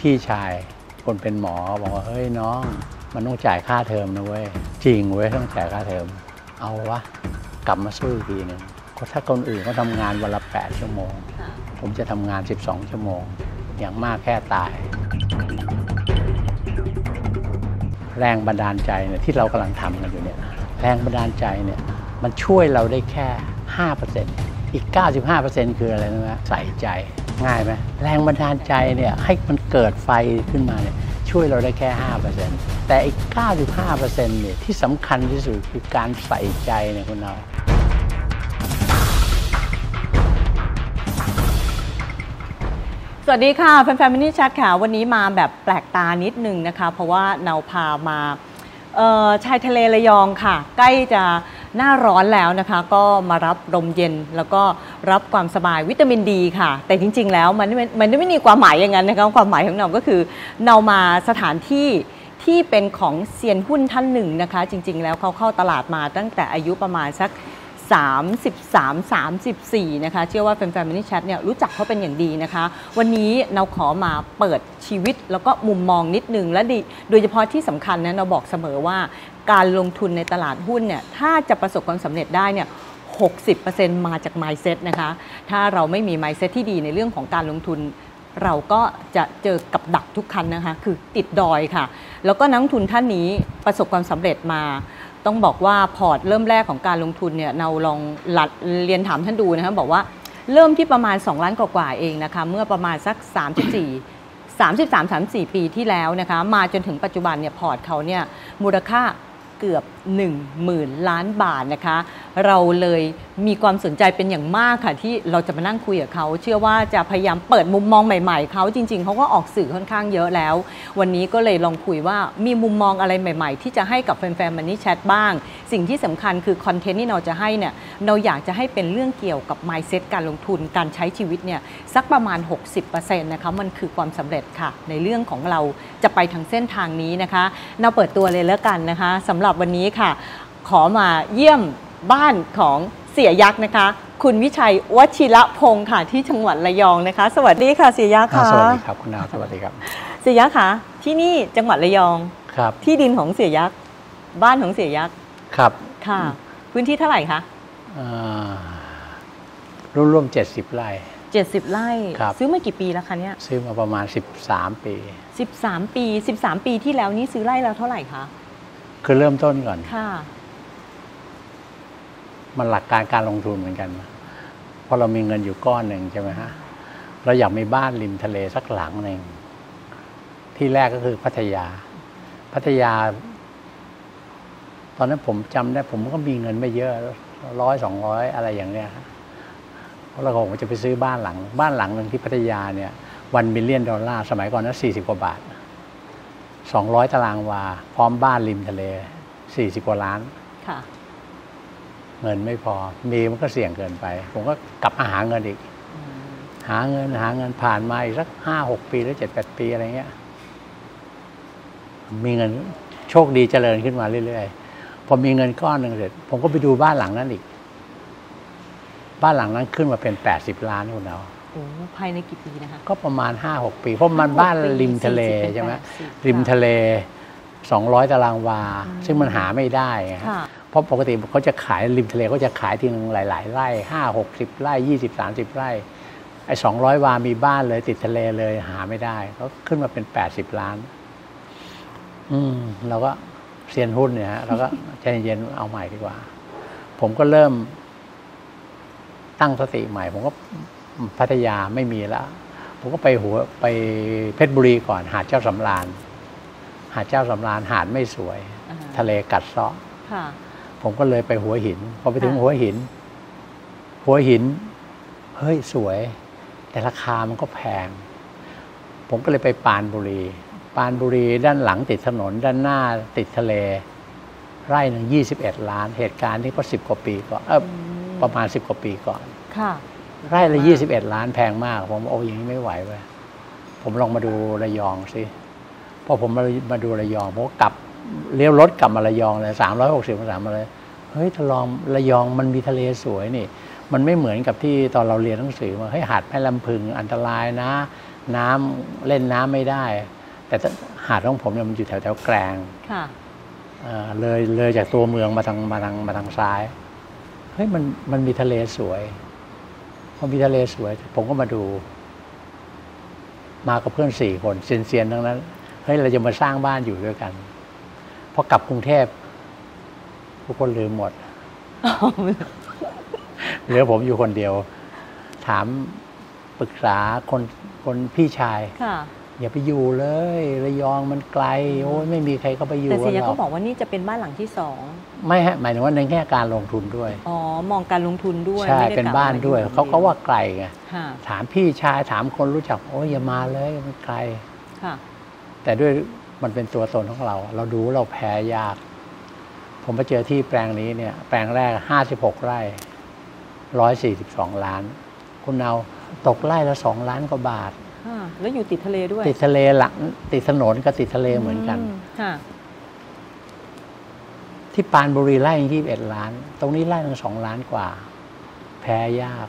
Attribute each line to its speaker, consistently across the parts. Speaker 1: พี่ชายคนเป็นหมอบอกว่าเฮ้ยน้อง มันต้องจ่ายค่าเทอมนะเว้ยจริงเว้ยต้องจ่ายค่าเทอม เอาวะกลับมาสู้อีกทีหนึงก็ถ้าคนอื่นเขาทำงานวันละ 8 ชั่วโมง ผมจะทำงาน 12 ชั่วโมง อย่างมากแค่ตาย แรงบันดาลใจเนี่ยที่เรากำลังทำกันอยู่เนี่ยแรงบันดาลใจเนี่ยมันช่วยเราได้แค่ 5%อีก 95%คืออะไรนะฮะใส่ใจง่ายไหมแรงบันดาลใจเนี่ยให้มันเกิดไฟขึ้นมาเนี่ยช่วยเราได้แค่ 5%แต่อีก 95%เนี่ยที่สำคัญที่สุดคือการใส่ใจเนี่ยคุณเอา
Speaker 2: สวัสดีค่ะแฟนๆมินิชัดค่ะ วันนี้มาแบบแปลกตานิดนึงนะคะ เพราะว่าเราพามาเอ่อชายทะเลระยองค่ะ ใกล้จะหน้าร้อนแล้วนะคะ ก็มารับลมเย็นแล้วก็รับความสบายวิตามินดีค่ะ แต่จริง ๆ แล้วมันไม่มันไม่มีความหมายอย่างนั้นนะคะความหมายของเราก็คือเรามาสถานที่ที่เป็นของเซียนหุ้นท่านหนึ่งนะคะ จริง ๆ แล้วเขาเข้าตลาดมาตั้งแต่อายุประมาณสัก 33 34 นะคะ เชื่อว่าแฟนๆมินิชัดเนี่ยรู้จักเขาเป็นอย่างดีนะคะ วันนี้เราขอมาเปิดชีวิตแล้วก็มุมมองนิดนึง และดิโดยเฉพาะที่สำคัญนะเราบอกเสมอว่าการลงทุนในตลาดหุ้นเนี่ยถ้าจะประสบความสำเร็จได้เนี่ย 60%มาจาก mindset นะคะ ถ้าเราไม่มี mindset ที่ดีในเรื่องของการลงทุน เราก็จะเจอกับดักทุกคันนะคะ คือติดดอยค่ะ แล้วก็นักลงทุนท่านนี้ประสบความสำเร็จมา ต้องบอกว่าพอร์ตเริ่มแรกของการลงทุนเนี่ยเราลองหลัดเรียนถามท่านดูนะคะบอกว่าเริ่มที่ประมาณ 2 ล้านกว่าๆเองนะคะ เมื่อประมาณสัก 34 33 34 ปีที่แล้วนะคะ มาจนถึงปัจจุบันเนี่ยพอร์ตเขาเนี่ยมูลค่าเกือบ 1 0,000 ล้านบาทนะคะ เราเลยมีความสนใจเป็นอย่างมากค่ะ ที่เราจะมานั่งคุยกับเขา เชื่อว่าจะพยายามเปิดมุมมองใหม่ๆเขาจริง ๆเขาก็ออกสื่อค่อนข้างเยอะแล้ว วันนี้ก็เลยลองคุยว่ามีมุมมองอะไรใหม่ ๆ ที่จะให้กับแฟนๆมันนี่แชทบ้าง สิ่งที่สำคัญคือคอนเทนต์ที่เราจะให้เนี่ยเราอยากจะให้เป็นเรื่องเกี่ยวกับ mindset การลงทุนการใช้ชีวิตเนี่ยสักประมาณ 60%นะคะมันคือความสำเร็จค่ะ ในเรื่องของเราจะไปทางเส้นทางนี้นะคะเราเปิดตัวเลยแล้วกันนะคะสำหรับวันนี้ค่ะ ขอมาเยี่ยมบ้านของเสียยักษ์นะคะ คุณวิชัยวชิระพงศ์ค่ะที่จังหวัดระยองนะคะ สวัสดีค่ะเสียยักษ์
Speaker 1: อ่า
Speaker 2: ค่ะ
Speaker 1: สวัสดีครับคุณเอาสวัสดีครับ
Speaker 2: เสียยักษ์ค่ะ ที่นี่จังหวัดระยอง
Speaker 1: ครับ
Speaker 2: ที่ดินของเสียยักษ์บ้านของเสียยักษ์
Speaker 1: ครับ
Speaker 2: ค่ะ พื้นที่เท่าไหร่คะ
Speaker 1: ร่วมร่วมๆ70 ไร่
Speaker 2: 70ไร่
Speaker 1: ครับ
Speaker 2: ซื้อมากี่ปีแล้วคะเนี่ย
Speaker 1: ซื้อมาประมาณ 13 ปี
Speaker 2: 13 ปี 13 ปีที่แล้วนี่ซื้อไร่แล้วเท่าไหร่คะ
Speaker 1: คือเริ่มต้นก่อน
Speaker 2: ค่ะ
Speaker 1: มันหลักการการลงทุนเหมือนกันนะพอเรามีเงินอยู่ก้อนหนึ่งใช่ไหมฮะ เราอยากมีบ้านริมทะเลสักหลังหนึ่ง ที่แรกก็คือพัทยา พัทยา ตอนนั้นผมจำได้ผมก็มีเงินไม่เยอะร้อยสองร้อยอะไรอย่างเนี้ยฮะเพราะเราคงจะไปซื้อบ้านหลัง บ้านหลังหนึ่งที่พัทยาเนี่ยวันบิลเลียนดอลลาร์สมัยก่อนนั้นสี่สิบกว่าบาทสองร้อยตารางวา พร้อมบ้านริมทะเลสี่สิบกว่าล้าน
Speaker 2: ค่ะ
Speaker 1: เงินไม่พอ มีมันก็เสี่ยงเกินไป ผมก็กลับมาหาเงินอีก หาเงินหาเงินผ่านมาอีกสักห้าหกปีหรือเจ็ดแปดปีอะไรเงี้ย มีเงินโชคดีเจริญขึ้นมาเรื่อยๆ พอมีเงินก้อนหนึ่งเสร็จ ผมก็ไปดูบ้านหลังนั้นอีก บ้านหลังนั้นขึ้นมาเป็นแปดสิบล้านคุณเอา
Speaker 2: โอ้ภายในกี่ปีนะคะ
Speaker 1: ก็ประมาณห้าหกปี เพราะมันบ้าน
Speaker 2: ห้าหกปี
Speaker 1: ริมทะเล
Speaker 2: สี่สิบเป็น
Speaker 1: ใช่ไหม
Speaker 2: แปดสิบ
Speaker 1: ริมทะเลสองร้อยตารางวา ซึ่งมันหาไม่ได้ไงฮะ
Speaker 2: ค่ะ
Speaker 1: เพราะปกติเขาจะขายริมทะเลเขาจะขายทีนึงหลาย ๆ ไร่ห้าหกสิบไร่ยี่สิบสามสิบไร่ไอ้สองร้อยวามีบ้านเลย ติดทะเลเลยหาไม่ได้ก็ขึ้นมาเป็นแปดสิบล้าน อืมเราก็เซียนหุ้นเนี่ยฮะเราก็ ใจเย็นๆเอาใหม่ดีกว่า ผมก็เริ่ม ตั้งสติใหม่ ผมก็พัทยาไม่มีแล้ว ผมก็ไปหัวไปเพชรบุรีก่อน หาดเจ้าสำราญ หาดเจ้าสำราญหาดไม่สวย
Speaker 2: อ่าฮะ
Speaker 1: ทะเลกัดเซาะ
Speaker 2: ค่ะ
Speaker 1: ผมก็เลยไปหัวหิน พอไปถึง
Speaker 2: ค่ะ
Speaker 1: หัวหิน หัวหิน เฮ้ยสวย แต่ราคามันก็แพง ผมก็เลยไปปรานบุรี ปรานบุรีด้านหลังติดถนน ด้านหน้าติดทะเล ไร่หนึ่งยี่สิบเอ็ดล้าน เหตุการณ์นี้ก็สิบกว่าปีก่อนเอออประมาณสิบกว่าปีก่อน
Speaker 2: ค่ะ
Speaker 1: ไร่ละ
Speaker 2: มา
Speaker 1: ยี่
Speaker 2: ก
Speaker 1: สิบเอ็ดล้านแพงมาก ผมโอ้อยางนี้ไม่ไหวเว้ยผมลองมาดูระยองสิพอผมมามาดูระยองผมก็กลับเลี้ยวรถกลับมาระยองเลยสามร้อยหกสิบสามมาเลยเฮ้ยทะลองระยองมันมีทะเลสวยนี่ มันไม่เหมือนกับที่ตอนเราเรียนหนังสือมาเฮ้ยหาดแม่ลำพึงอันตรายนะ น้ำเล่นน้ำไม่ได้ แต่ถ้าหาดของผมเนี่ยมันอยู่แถวแถวๆแกลง
Speaker 2: ค่ะ
Speaker 1: เอ่อเลยเลยจากตัวเมืองมาทางมาทางมาทางซ้าย เฮ้ยมันมันมีทะเลสวยพอมีทะเลสวย ผมก็มาดู มากับเพื่อนสี่คนเซียนเซียนๆทั้งนั้น เฮ้ยเราจะมาสร้างบ้านอยู่ด้วยกันพอกลับกรุงเทพทุกคนลืม หมด เหลือผมอยู่คนเดียว ถามปรึกษาคนคนพี่ชาย
Speaker 2: ค่ะ
Speaker 1: อย่าไปอยู่เลยระยองมันไกล โอ้ยไม่มีใครเข้าไปอยู่
Speaker 2: แต่เสี
Speaker 1: น
Speaker 2: ย
Speaker 1: หร
Speaker 2: ก็
Speaker 1: อก
Speaker 2: บอกว่านี่จะเป็นบ้านหลังที่สอง
Speaker 1: ไม่ฮะหมายถึงว่าในแง่การลงทุนด้วย
Speaker 2: อ๋อ มองการลงทุนด้วย
Speaker 1: ใช่
Speaker 2: ไม่ได้
Speaker 1: เป็น
Speaker 2: กะ
Speaker 1: บ้านด้วย
Speaker 2: มอ
Speaker 1: เขาก็ว่าไกลไง
Speaker 2: ค่ะ
Speaker 1: ถามพี่ชายถามคนรู้จัก โอ้ยอย่ามาเลยมันไกล
Speaker 2: ค่ะ
Speaker 1: แต่ด้วยมันเป็นตัวตนของเรา เราดูว่าเราแพ้ยาก ผมไปเจอที่แปลงนี้เนี่ย แปลงแรก 56 ไร่ 142 ล้าน คุณเอาตกไร่ละ 2 ล้านกว่าบาท
Speaker 2: ค่ะ แล้วอยู่ติดทะเลด้วย
Speaker 1: ติดทะเลหลังติดถนนกับติดทะเลเหมือนกัน
Speaker 2: ค่ะ
Speaker 1: ที่ปรานบุรีไร่ยี่สิบเอ็ดล้าน ตรงนี้ไร่หนึ่งสองล้านกว่า แพ้ยาก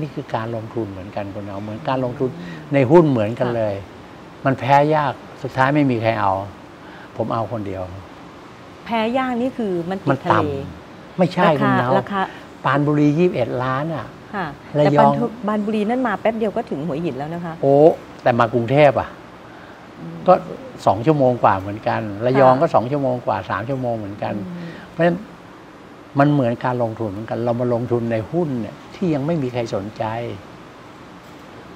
Speaker 1: นี่คือการลงทุนเหมือนกันคนเอาเหมือนการลงทุนในหุ้นเหมือนกันเลย มันแพ้ยากสุดท้ายไม่มีใครเอา ผมเอาคนเดียว
Speaker 2: แพ้ย่างนี่คือมันติ
Speaker 1: มัน
Speaker 2: ดทะ
Speaker 1: ต่ำ
Speaker 2: เล
Speaker 1: ไม่ใช่
Speaker 2: รา
Speaker 1: คุ
Speaker 2: คา
Speaker 1: ณเอา
Speaker 2: ราคา
Speaker 1: ปรานบุรียี่สิบเอ็ดล้านอ่ะ
Speaker 2: ค่ะ
Speaker 1: ระ
Speaker 2: แต่
Speaker 1: ย
Speaker 2: บา
Speaker 1: อน ง
Speaker 2: ทุบานบุรีนั่นมาแป๊บเดียวก็ถึงหัวหินแล้วนะคะ
Speaker 1: โอ้แต่มากรุงเทพอ่ะ ก็สองชั่วโมงกว่าเหมือนกันระยองก็สองชั่วโมงกว่าสามชั่วโมงเหมือนกัน เพราะฉะนั้นมันเหมือนการลงทุนเหมือนกัน เรามาลงทุนในหุ้นเนี่ยที่ยังไม่มีใครสนใจ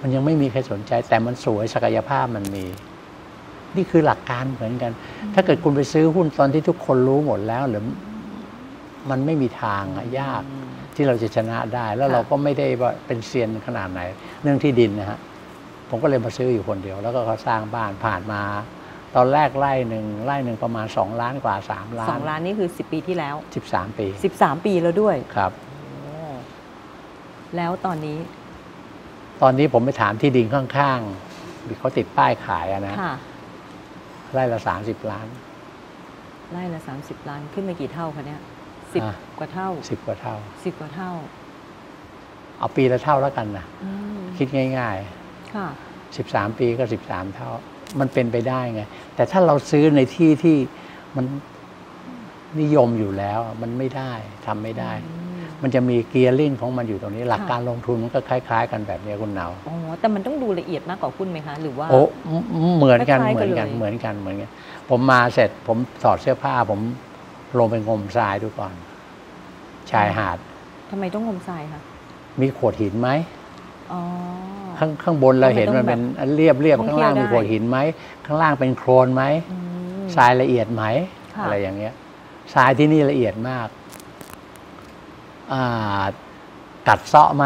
Speaker 1: มันยังไม่มีใครสนใจ แต่มันสวยศักยภาพมันมี นี่คือหลักการเหมือนกัน ถ้าเกิดคุณไปซื้อหุ้นตอนที่ทุกคนรู้หมดแล้วหรือมันไม่มีทางอะยากที่เราจะชนะได้ แล้ว
Speaker 2: ค่ะ
Speaker 1: เราก็ไม่ได้ว่าเป็นเซียนขนาดไหน เรื่องที่ดินนะฮะผมก็เลยมาซื้ออยู่คนเดียว แล้วก็เขาสร้างบ้านผ่านมา ตอนแรกไร่หนึ่งไร่หนึ่งประมาณสองล้านกว่าสามล้า
Speaker 2: สอน งล้านนี่คือ 10 ปีที่แล้ว
Speaker 1: สิบสามปี
Speaker 2: 13 ปีแล้วด้วย
Speaker 1: ครับ
Speaker 2: แล้วตอนนี้
Speaker 1: ตอนนี้ผมไปถามที่ดินข้างๆมีเขาติดป้ายขายอะนะ
Speaker 2: ค่ะ
Speaker 1: ไร่ละสามสิบล้าน
Speaker 2: ไร่ละ30 ล้านขึ้นมากี่เท่าคะเนี่ยสิบ
Speaker 1: อ่ะ
Speaker 2: กว่าเท่า
Speaker 1: สิบกว่าเท่า
Speaker 2: สิบกว่าเท่า
Speaker 1: เอาปีละเท่าแล้วกันนะ
Speaker 2: อืม
Speaker 1: คิดง่าย
Speaker 2: ค่ะ
Speaker 1: ๆ 13 ปีก็ 13 เท่า มันเป็นไปได้ไง แต่ถ้าเราซื้อในที่ที่มันนิยมอยู่แล้ว มันไม่ได้ทำไม่ได้ มันจะมีเกียร์ลิงของมันอยู่ตรงนี้ หลัก
Speaker 2: ค่ะ
Speaker 1: การลงทุนมันก็คล้าย ๆ กันแบบเนี้ยคุณเหนา
Speaker 2: อ๋อแต่มันต้องดูละเอียดมากกว่าหุ้นไหมคะ หรือว่า
Speaker 1: โอ้เหมือนกัน
Speaker 2: คล้ายๆ
Speaker 1: เห
Speaker 2: กั
Speaker 1: มือน
Speaker 2: น
Speaker 1: กัน
Speaker 2: เลย
Speaker 1: เหมือนกันเหมือนกันผมมาเสร็จ ผมถอดเสื้อผ้า ผมลงไปงมทรายดูก่อน ชายหาด
Speaker 2: ทำไมต้องงมทรายคะ
Speaker 1: มีโขดหินไหม
Speaker 2: อ๋อ
Speaker 1: ข้างข้างบนเราเห็น
Speaker 2: มัน
Speaker 1: มัน
Speaker 2: ต้
Speaker 1: เป็
Speaker 2: อง
Speaker 1: น
Speaker 2: แบบ
Speaker 1: เรียบเรียบ
Speaker 2: ท่อง
Speaker 1: ข้างล่าง
Speaker 2: เที่ยว
Speaker 1: มี
Speaker 2: ได้
Speaker 1: โขดหินไหมข้างล่างเป็นโครนไหม
Speaker 2: อืม
Speaker 1: ทรายละเอียดไหม
Speaker 2: ค่ะ
Speaker 1: อะไรอย่างเงี้ยทรายที่นี่ละเอียดมากอ่ากัดเซาะไหม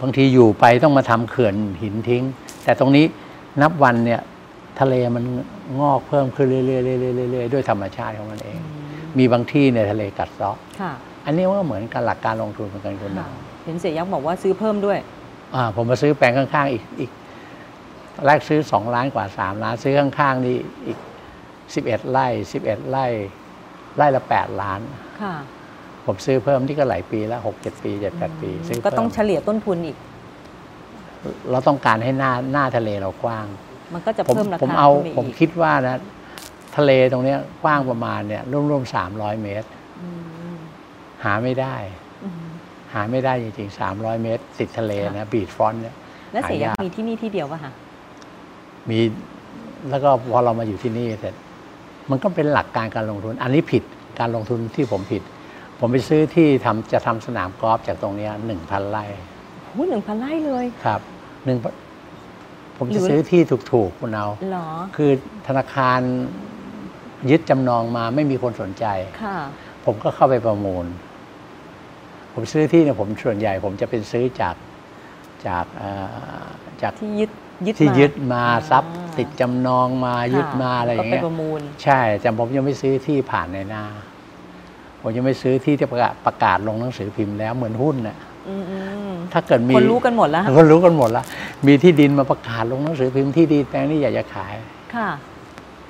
Speaker 1: บางทีอยู่ไปต้องมาทำเขื่อนหินทิ้ง แต่ตรงนี้นับวันเนี่ย ทะเลมันงอกเพิ่มขึ้นเรื่อยๆเรื่อยๆเรื่อยๆด้วยธรรมชาติของมันเอง มีบางที่ในยทะเลกัดเซาะ
Speaker 2: ค่ะ
Speaker 1: อันนี้มันก็เหมือนกันหลักการลงทุนเหมือนกันคุณ
Speaker 2: ค่ะ
Speaker 1: นะ
Speaker 2: เห็นเสียยักษ์บอกว่าซื้อเพิ่มด้วย
Speaker 1: อ่าผมมาซื้อแปลงข้างๆอีกอีกตอนแรกซื้อสองล้านกว่าสามล้าน ซื้อข้างๆนี่อีกสิบเอ็ดไร่สิบเอ็ดไร่ไร่ละแปดล้าน
Speaker 2: ค่ะ
Speaker 1: ผมซื้อเพิ่มที่ก็หลายปีแล้วหกเจ็ดปีเจ็ดแปดปี ซื้อ
Speaker 2: ก็ต้องเฉ
Speaker 1: เพิ่ม
Speaker 2: ลี่ยต้นทุนอีก
Speaker 1: เราต้องการให้หน้าหน้าทะเลเรากว้าง
Speaker 2: มันก็จะ
Speaker 1: ผม
Speaker 2: เพิ่มราคา
Speaker 1: ผมเอา
Speaker 2: ขึ้นไป
Speaker 1: ผม
Speaker 2: อีก
Speaker 1: คิดว่านะ ทะเลตรงเนี้ยกว้างประมาณเนี่ยร่วมๆสามร้อยเมตร
Speaker 2: อืม
Speaker 1: หาไม่ได้
Speaker 2: อืม
Speaker 1: หาไม่ได้จริงๆสามร้อยเมตร ติดทะเลนะบีดฟรอนต์เนี่ย
Speaker 2: และเสียยัก
Speaker 1: หา
Speaker 2: ษ์
Speaker 1: ยาก
Speaker 2: มีที่นี่ที่เดียวป่ะคะ
Speaker 1: มีแล้วก็พอเรามาอยู่ที่นี่เสร็จมันก็เป็นหลักการการลงทุน อันนี้ผิดการลงทุนที่ผมผิด ผมไปซื้อที่ทำจะทำสนามกอล์ฟจากตรงเนี้หนึ่งพันไร่
Speaker 2: หูหนึ่งพันไร่เลย
Speaker 1: ครับหนึ่งผม
Speaker 2: หรื
Speaker 1: จะ
Speaker 2: อ
Speaker 1: ซื้อที่ถูกๆคุณเอา
Speaker 2: เหรอ
Speaker 1: คือธนาคารยึดจำนองมาไม่มีคนสนใจ
Speaker 2: ค่ะ
Speaker 1: ผมก็เข้าไปประมูล ผมซื้อที่เนี่ยผมส่วนใหญ่ ผมจะเป็นซื้อจากจากเอ่อจาก
Speaker 2: ที่ยึดยึด
Speaker 1: ที่
Speaker 2: มา
Speaker 1: ยึดมา
Speaker 2: อ่
Speaker 1: ทรัพย์ติดจำนองมายึด
Speaker 2: ค่ะ
Speaker 1: มาอะไรอย่างเงี้ย
Speaker 2: ก็ไปประมูล
Speaker 1: ใช่ แต่ผมยังไม่ซื้อที่ผ่านในหน้า ผมยังไม่ซื้อที่ที่ประกาศประกาศลงหนังสือพิมพ์แล้วเหมือนหุ้นน่ะ
Speaker 2: อืมอืม
Speaker 1: ถ้าเกิดมี
Speaker 2: คนรู้กันหมดแล้วฮะ
Speaker 1: คนรู้กันหมดละมีที่ดินมาประกาศลงหนังสือพิมพ์ที่ดินแปลงนี้อยากจะขาย
Speaker 2: ค่ะ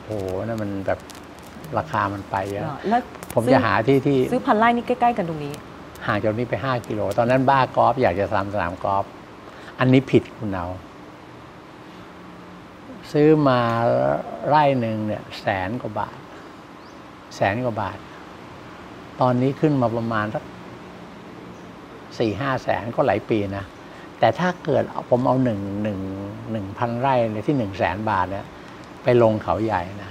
Speaker 1: โอ้โหนั่นมันแบบราคามันไปเยอะ
Speaker 2: เหรอแล้ว
Speaker 1: ผมจะหาที่ที่
Speaker 2: ซื้อพันไร่นี่ใกล้ ๆ กันตรงนี้
Speaker 1: ห่างจากนี้ไป 5 กิโล ตอนนั้นบ้ากอล์ฟอยากจะทำสนามกอล์ฟอันนี้ผิดคุณเอา ซื้อมาไร่หนึ่งเนี่ยแสนกว่าบาท แสนกว่าบาท ตอนนี้ขึ้นมาประมาณสักสี่ห้าแสนก็หลายปีนะ แต่ถ้าเกิดเอาผมเอาหนึ่งหนึ่งหนึ่งพันไร่เนี่ยที่หนึ่งแสนบาทเนี่ยไปลงเขาใหญ่นะ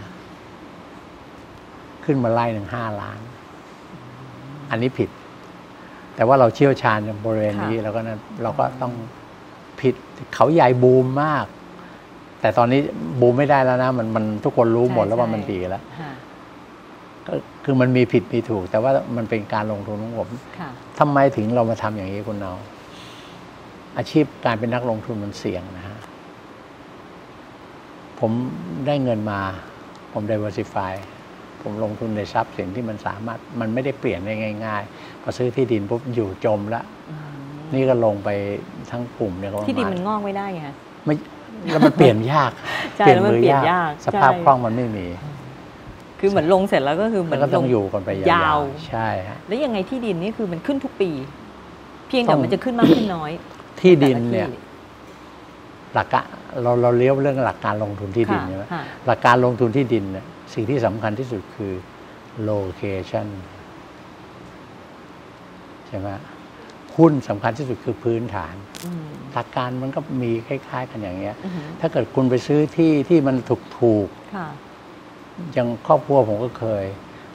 Speaker 1: ขึ้นมาไล่หนึ่งห้าล้าน อันนี้ผิด แต่ว่าเราเชี่ยวชาญบริเวณนี้
Speaker 2: ค่ะ
Speaker 1: เราก็นะเราก็ต้องผิดเขาใหญ่บูมมาก แต่ตอนนี้บูมไม่ได้แล้วนะ มันมันทุกคนรู้หมดแล้วว่ามันดีแล้ว
Speaker 2: ค่ะ
Speaker 1: ก็คือมันมีผิดมีถูก แต่ว่ามันเป็นการลงทุนของผม
Speaker 2: ค่ะ
Speaker 1: ทำไมถึงเรามาทำอย่างนี้คุณเนาอาชีพการเป็นนักลงทุนมันเสี่ยงนะฮะผมได้เงินมา ผม diversify ผมลงทุนในทรัพย์สินที่มันสามารถ มันไม่ได้เปลี่ยนได้ง่ายๆพอซื้อที่ดินปุ๊บอยู่จมละ
Speaker 2: อืม
Speaker 1: นี่ก็ลงไปทั้งกลุ่มเนี่ยก็ประมาณ
Speaker 2: ที่ดินมันงอกไม่ได้ไงคะ
Speaker 1: ไม่แล้วมันเปลี่ยนยาก
Speaker 2: ใช่แล้วมันเปลี่ยนยาก
Speaker 1: สภาพ
Speaker 2: ใช่
Speaker 1: คล่องมันไม่มี
Speaker 2: คือเหมือนลงเสร็จแล้วก็คือเหมื
Speaker 1: แล้
Speaker 2: อ
Speaker 1: วน ก็ต้อง
Speaker 2: ล
Speaker 1: อยู่กันไป
Speaker 2: ยาย
Speaker 1: าว วๆใช่ฮะ
Speaker 2: แล้วยังไงที่ดินนี่คือมันขึ้นทุกปี เพียงแต่
Speaker 1: ต้อง
Speaker 2: มันจะขึ้นมากขึ้นน้อย
Speaker 1: ที่ดิน
Speaker 2: แต่ละ
Speaker 1: เนี่ย
Speaker 2: ที่
Speaker 1: หลักการเราเราเลี้ยวเรื่องหลักการลงทุนที่ดิน
Speaker 2: ค่ะ
Speaker 1: ใช่ไหม
Speaker 2: ค่ะ
Speaker 1: หลักการลงทุนที่ดินเนี่ยสิ่งที่สำคัญที่สุดคือ location ใช่ไหมหุ้นสำคัญที่สุดคือพื้นฐาน
Speaker 2: อืม
Speaker 1: หลักการมันก็มีคล้ายๆ กันอย่างเงี้ย
Speaker 2: อือหือ
Speaker 1: ถ้าเกิดคุณไปซื้อที่ที่มันถูกถูก
Speaker 2: ค่ะ
Speaker 1: ๆอย่างครอบครัวผมก็เคย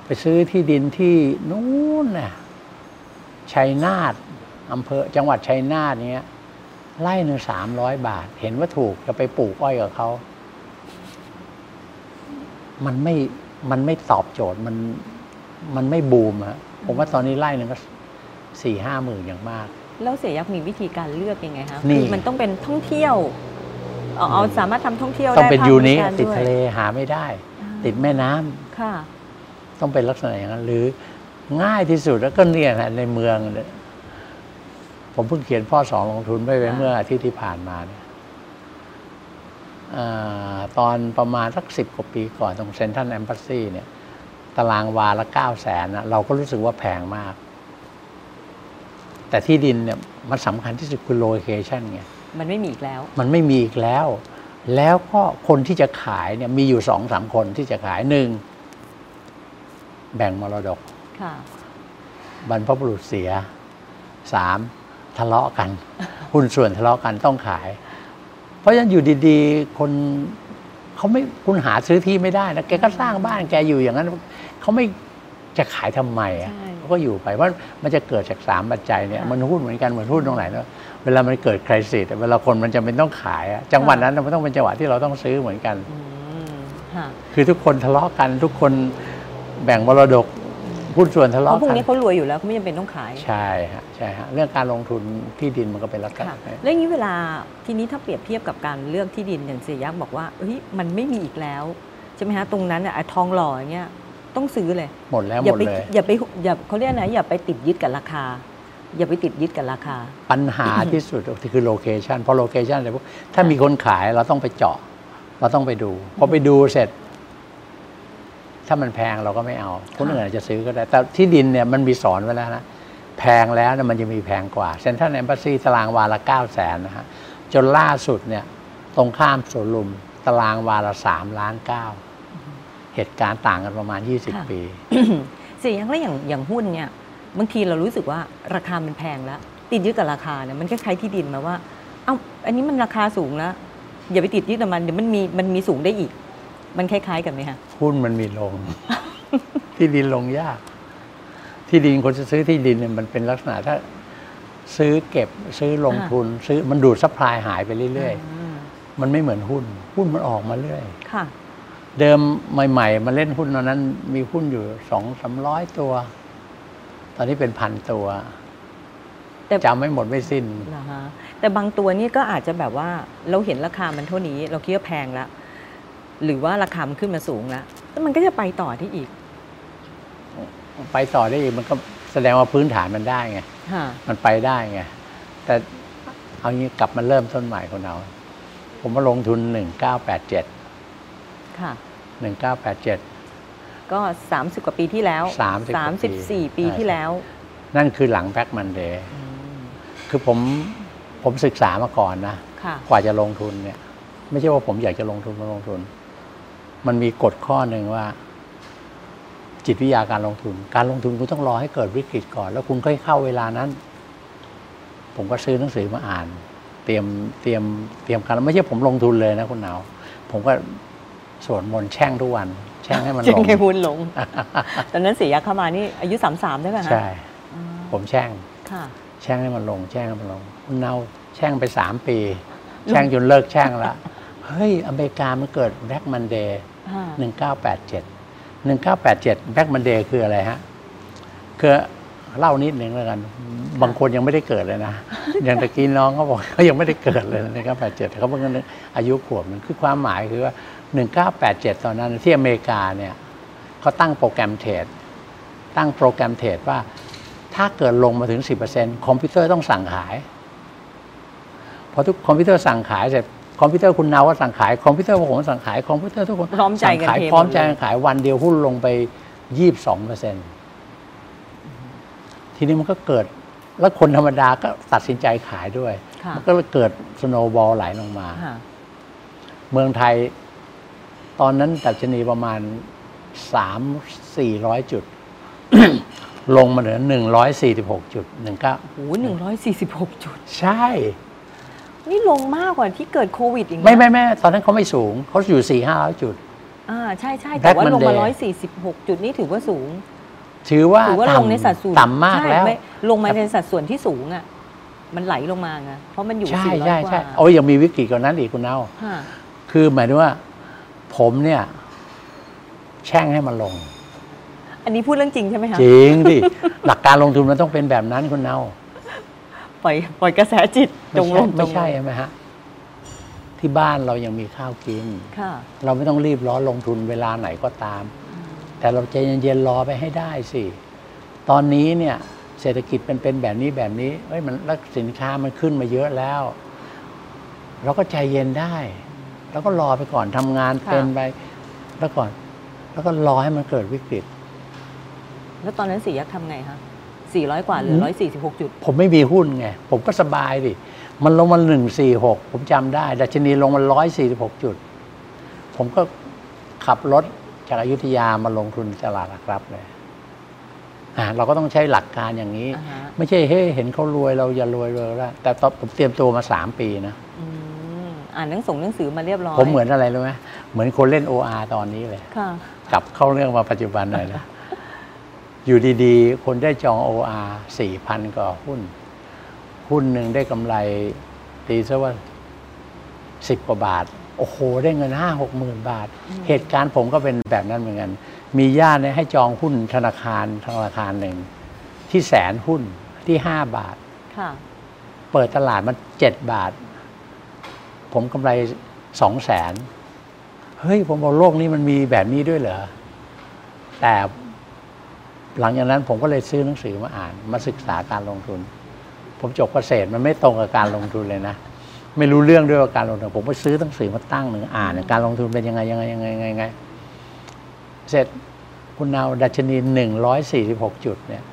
Speaker 1: ไปซื้อที่ดินที่นู้นน่ะชัยนาทอำเภอจังหวัดชัยนาทเนี้ย ไล่หนึ่งสามร้อยบาท เห็นว่าถูกจะไปปลูกอ้อยกับเขา มันไม่ มันไม่ตอบโจทย์ มัน มันไม่บูมฮะผมว่าตอนนี้ไล่หนึ่งก็สี่ห้าหมื่นอย่างมาก
Speaker 2: แล้วเสียยักษ์มีวิธีการเลือกยังไงคะ
Speaker 1: นี่
Speaker 2: คือมันต้องเป็นท่องเที่ยวเอาเอาสามารถทำท่องเที่ยว
Speaker 1: ต้อง
Speaker 2: ได้
Speaker 1: เป็น
Speaker 2: ภาค
Speaker 1: ยูนิค
Speaker 2: บริการ
Speaker 1: ติด
Speaker 2: วย
Speaker 1: ทะเลหาไม่ได้
Speaker 2: อ่า
Speaker 1: ติดแม่น้ำ
Speaker 2: ค่ะ
Speaker 1: ต้องเป็นลักษณะอย่างนั้น หรือง่ายที่สุดแล้วก็เนี่ยแหละในเมืองเนี่ยผมเพิ่งเขียนพ่อสองลงทุนไป
Speaker 2: อ่า
Speaker 1: เมื่ออาทิตย์ที่ผ่านมาเนี่ยอ่าตอนประมาณสักสิบกว่าปีก่อนตรงเซนทรัลแอมบาสซีเนี่ย ตารางวาละเก้าแสนนะเราก็รู้สึกว่าแพงมาก แต่ที่ดินเนี่ยมันสำคัญที่สุดคือโลเคชันไง
Speaker 2: มันไม่มีอีกแล้ว
Speaker 1: มันไม่มีอีกแล้ว แล้วก็คนที่จะขายเนี่ยมีอยู่สองสามคนที่จะขายหนึ่งแบ่งมรดก
Speaker 2: ค่ะ
Speaker 1: บรรพบุรุษเสียสามทะเลาะกัน หุ้นส่วนทะเลาะกันต้องขาย เพราะฉะนั้นอยู่ดีๆ คนเขาไม่คุณหาซื้อที่ไม่ได้นะแกก็สร้างบ้านแกอยู่อย่างนั้น เขาไม่จะขายทำไมอ่ะ
Speaker 2: ใช่
Speaker 1: เขาก็อยู่ไปเพราะมันจะเกิดจากสามปัจจัยเนี่ย
Speaker 2: ค่ะ
Speaker 1: มันหุ้นเหมือนกันเหมือนหุ้นตรงไหนเนาะเวลามันเกิดคริสิตเวลาคนมันจะเป็นต้องขายอะจังหวะ
Speaker 2: ค่ะ
Speaker 1: นั้นน่ะมันต้องเป็นจังหวะที่เราต้องซื้อเหมือนกัน
Speaker 2: อืมค่ะ
Speaker 1: คือทุกคนทะเลาะกันทุกคนแบ่งมรดกหุ้นส่วนทะ
Speaker 2: เพ
Speaker 1: เลาะ
Speaker 2: ราะพวก
Speaker 1: กัน
Speaker 2: นี้เขารวยอยู่แล้วเขาไม่จำเป็นต้องขาย
Speaker 1: ใช่ฮะใช่ฮะเรื่องการลงทุนที่ดินมันก็เป็นลักษณะนั้
Speaker 2: ค่ะ
Speaker 1: น
Speaker 2: แล้วอย่างนี้เวลาทีนี้ถ้าเปรียบเทียบกับการเลือกที่ดินอย่างเสียยักษ์บอกว่าเฮ้ยมันไม่มีอีกแล้วใช่ไหมฮะตรงนั้นอ่ะทองหล่ออย่างเงี้ยต้องซื้อเลย
Speaker 1: หมดแล้ว
Speaker 2: อย่า
Speaker 1: หมด
Speaker 2: ไป
Speaker 1: เลย
Speaker 2: อย่าไปอย่าเขาเรียกนะอย่าไปติดยึดกับราคา อย่าไปติดยึดกับราคา
Speaker 1: ปัญหาที่สุดคือโลเคชันพอโลเคชันเสร็จปุ๊บถ้ามีคนขายเราต้องไปเจาะ เราต้องไปดูพอไปดูเสร็จ ถ้ามันแพงเราก็ไม่เอา คนอื่นอาจจะซื้อก็ได้ แต่ที่ดินเนี่ยมันมีสอนไว้แล้วนะ แพงแล้วเนี่ยมันจะมีแพงกว่าเซ็นทรัลแอมบาซีตารางวาละเก้าแสนนะฮะจนล่าสุดเนี่ย ตรงข้ามสวนลุม ตารางวาละสามล้านเก้าเหตุการณ์ต่างกันประมาณยี่สิบ
Speaker 2: ค่ะ
Speaker 1: ปี
Speaker 2: เสียอย่างแล้วอย่างอย่างหุ้นเนี่ยบางทีเรารู้สึกว่าราคามันแพงแล้ว ติดยึดกับราคาเนี่ยมันคล้ายๆที่ดินมาว่า เอ้าอันนี้มันราคาสูงแล้ว อย่าไปติดยึดกับมันเดี๋ยวมันมีมันมีสูงได้อีก มันคล้ายๆกันไหมคะ
Speaker 1: หุ้นมันมีลง ที่ดินลงยาก ที่ดินคนจะซื้อที่ดินเนี่ยมันเป็นลักษณะถ้า ซื้อเก็บซื้อลงทุน ซื้อมันดูดซัพพลายหายไปเรื่อย
Speaker 2: ม
Speaker 1: ๆ มันไม่เหมือนหุ้น หุ้นมันออกมาเรื่อย
Speaker 2: ค่ะ
Speaker 1: เดิมใหม่ ๆ มาเล่นหุ้นตอนนั้นมีหุ้นอยู่สองสามร้อยตัว ตอนนี้เป็นพันตัว
Speaker 2: แต่
Speaker 1: จำไม่หมดไม่สิ้น
Speaker 2: นะฮะแต่บางตัวนี่ก็อาจจะแบบว่าเราเห็นราคามันเท่านี้ เราคิดว่าแพงแล้ว หรือว่าราคามันขึ้นมาสูงแล้วแล้วมันก็จะไปต่อที่อีก
Speaker 1: ไปต่อได้อีกมันก็แสดงว่าพื้นฐานมันได้ไง
Speaker 2: ค่ะ
Speaker 1: มันไปได้ไง แต่เอางี้กลับมาเริ่มต้นใหม่คนเรา ผมมาลงทุน 1987
Speaker 2: ค่ะ
Speaker 1: 1987
Speaker 2: ก็ 30 กว่าปีที่แล้ว
Speaker 1: 30กว่าปี
Speaker 2: 34 ปี
Speaker 1: ใช่
Speaker 2: ที่แล้ว
Speaker 1: นั่นคือหลังแบ็กมันเดย์คือผมผมศึกษามาก่อนนะ
Speaker 2: ค่ะ
Speaker 1: กว่าจะลงทุนเนี่ย ไม่ใช่ว่าผมอยากจะลงทุนมาลงทุน มันมีกฎข้อหนึ่งว่า จิตวิทยาการลงทุน การลงทุนคุณต้องรอให้เกิดวิกฤตก่อน แล้วคุณค่อยเข้าเวลานั้น ผมก็ซื้อหนังสือมาอ่าน เตรียมเตรียมเตรียมการไม่ใช่ผมลงทุนเลยนะคุณหนาว ผมก็สวดมนต์แช่งทุกวัน แช่งให้มัน
Speaker 2: เจ
Speaker 1: ล
Speaker 2: ง
Speaker 1: ง
Speaker 2: ไงบุญห ลง ตอนนั้นเสียเข้ามานี่อายุ 33 ได้ไหมคะ
Speaker 1: ใช่
Speaker 2: อ๋อ
Speaker 1: ผมแช่ง
Speaker 2: ค่ะ
Speaker 1: แช่งให้มันลง แช่งให้มันลง คุณเนาแช่งไปสามปี แช่งจนเลิกแช่งละ เฮ้ย อเมริกามันเกิดแบล็กมันเดย์
Speaker 2: ค่ะ
Speaker 1: หนึ่งเก้าแปดเจ็ดหนึ่งเก้าแปดเจ็ดแบล็กมันเดย์คืออะไรฮะ คือเล่านิดหนึ่งแล้วกัน บางคนยังไม่ได้เกิดเลยนะ อย่างตะกี้น้องเขาบอก เขายังไม่ได้เกิดเลยในเก้าแปดเจ็ดเขาเพิ่งนึกอายุขวบหนึงคือความหมายคือว่าหนึ่งเก้าแปดเจ็ดตอนนั้นที่อเมริกาเนี่ยเขาตั้งโปรแกรมเทรด ตั้งโปรแกรมเทรดว่า ถ้าเกิดลงมาถึง 10%คอมพิวเตอร์ต้องสั่งขาย พอทุกคอมพิวเตอร์สั่งขายเสร็จคอมพิวเตอร์คุณนาว่าสั่งขายคอมพิวเตอร์ผมสั่งขายคอมพิวเตอร์ทุกคน
Speaker 2: พร้อมใจกัน
Speaker 1: สั่งขาย
Speaker 2: เทหมดเลย
Speaker 1: พร้อมใจกันขายวันเดียวหุ้นลงไป 22%ทีนี้มันก็เกิด แล้วคนธรรมดาก็ตัดสินใจขายด้วย
Speaker 2: ค่ะ
Speaker 1: มันก็เลยเกิดสโนว์บอลไหลลงมา
Speaker 2: ค่ะ
Speaker 1: เมืองไทย ตอนนั้นดัชนีประมาณสามสี่ร้อยจุด ลงมาเหลือหนึ่งร้อยสี่สิบหกจุดหนึ่งก็
Speaker 2: โอ้โหนึ่งร้อยสี่สิบหกจุด
Speaker 1: ใช่
Speaker 2: นี่ลงมากกว่าที่เกิดโควิดอีกนะ
Speaker 1: ไม่ไม่ไม่ตอนนั้นเขาไม่สูง เขาอยู่สี่ห้าร้อยจุด
Speaker 2: อ่าใช่ใช่แต่ว่า
Speaker 1: Black
Speaker 2: ลงมา
Speaker 1: Monday
Speaker 2: ร้อยสี่สิบหกจุดนี่ถือว่าสูง
Speaker 1: ถือว่า
Speaker 2: ถือว่าลงในสัดส่วน
Speaker 1: ต่ำมาก
Speaker 2: ใช่
Speaker 1: แล้ว
Speaker 2: ไม่ลงมาในสัดส่วนที่สูงอ่ะ มันไหลลงมาไง เพราะมันอยู่
Speaker 1: ใช่
Speaker 2: สี่ร้อย
Speaker 1: ใช่
Speaker 2: กว่า
Speaker 1: ใช่โอ้ยยังมีวิกฤตกว่านั้นอีกคุณเน่า
Speaker 2: ค่ะ
Speaker 1: คือหมายถึงว่า ผมเนี่ย แช่งให้มันลง
Speaker 2: อันนี้พูดเรื่องจริงใช่ไหมคะ
Speaker 1: จริงดิ หลักการลงทุนมันต้องเป็นแบบนั้นคุณเน่า
Speaker 2: ปล่อยปล่อยกระแสจิตจ
Speaker 1: ไม่
Speaker 2: งล
Speaker 1: ใช่
Speaker 2: ง
Speaker 1: ไม่
Speaker 2: จงลง
Speaker 1: ใช่ใช่ไหมฮะ ที่บ้านเรายังมีข้าวกิน
Speaker 2: ค่ะ
Speaker 1: เราไม่ต้องรีบร้อนลงทุนเวลาไหนก็ตาม แต่เราใจเย็นๆรอไปให้ได้สิ ตอนนี้เนี่ย เศรษฐกิจมันเป็นแบบนี้แบบนี้เอ้ยมันแล้วสินค้ามันขึ้นมาเยอะแล้ว เราก็ใจเย็นได้ แล้วก็รอไปก่อนทำงาน
Speaker 2: ค่ะ
Speaker 1: เป็นไป แล้วก่อน แล้วก็รอให้มันเกิดวิกฤต
Speaker 2: แล้วตอนนั้นสียักษ์ทำไงคะสี่ร้อยกว่าเหรือ
Speaker 1: หืม
Speaker 2: ร้อยสี่สิบหกจุด
Speaker 1: ผมไม่มีหุ้นไง ผมก็สบายดิ มันลงมาหนึ่งสี่หกผมจำได้ ดัชนีลงมาร้อยสี่สิบหกจุด ผมก็ขับรถจากอายุทยามาลงทุนตลาดหลักทรัพย์เลยอ่ะเราก็ต้องใช้หลักการอย่างนี้
Speaker 2: อ่าฮะ
Speaker 1: ไม่ใช่เฮ้ยเห็นเขารวยเราอย่ารวยเลยละแต่ตอนผมเตรียมตัวมาสามปีนะ
Speaker 2: อืมอ่านหนังส่งหนังสือมาเรียบร้อย
Speaker 1: ผมเหมือนอะไรรู้ไหมเหมือนคนเล่น OR ตอนนี้เลย
Speaker 2: ค่ะ
Speaker 1: กลับเข้าเรื่องมาปัจจุบันหน่อยนะ อยู่ดีๆ คนได้จอง OR 4,000กว่าหุ้น หุ้นหนึ่งได้กำไรตีซะว่า 10 กว่าบาท โอ้โห ได้เงิน 5 6หมื่นบาท เหตุการณ์ผมก็เป็นแบบนั้นเหมือนกัน มีญาติเนี่ยให้จองหุ้นธนาคารธนาคารหนึ่ง ที่แสนหุ้นที่ 5 บาท
Speaker 2: ค่ะ
Speaker 1: เปิดตลาดมันเจ็ดบาท ผมกำไรสองแสนเฮ้ย ผมบอกโลกนี้มันมีแบบนี้ด้วยเหรอ แต่หลังจากนั้นผมก็เลยซื้อหนังสือมาอ่าน มาศึกษาการลงทุน ผมจบเกษตรมันไม่ตรงกับการลงทุนเลยนะ ไม่รู้เรื่องด้วยว่าการลงทุนผมไปซื้อหนังสือมาตั้งหนึ่งอ่านการลงทุนเป็นยังไงยังไงยังไงยังไงยังไงเสร็จคุณนาวดัชนีหนึ่งร้อยสี่สิบหกจุดเนี่ย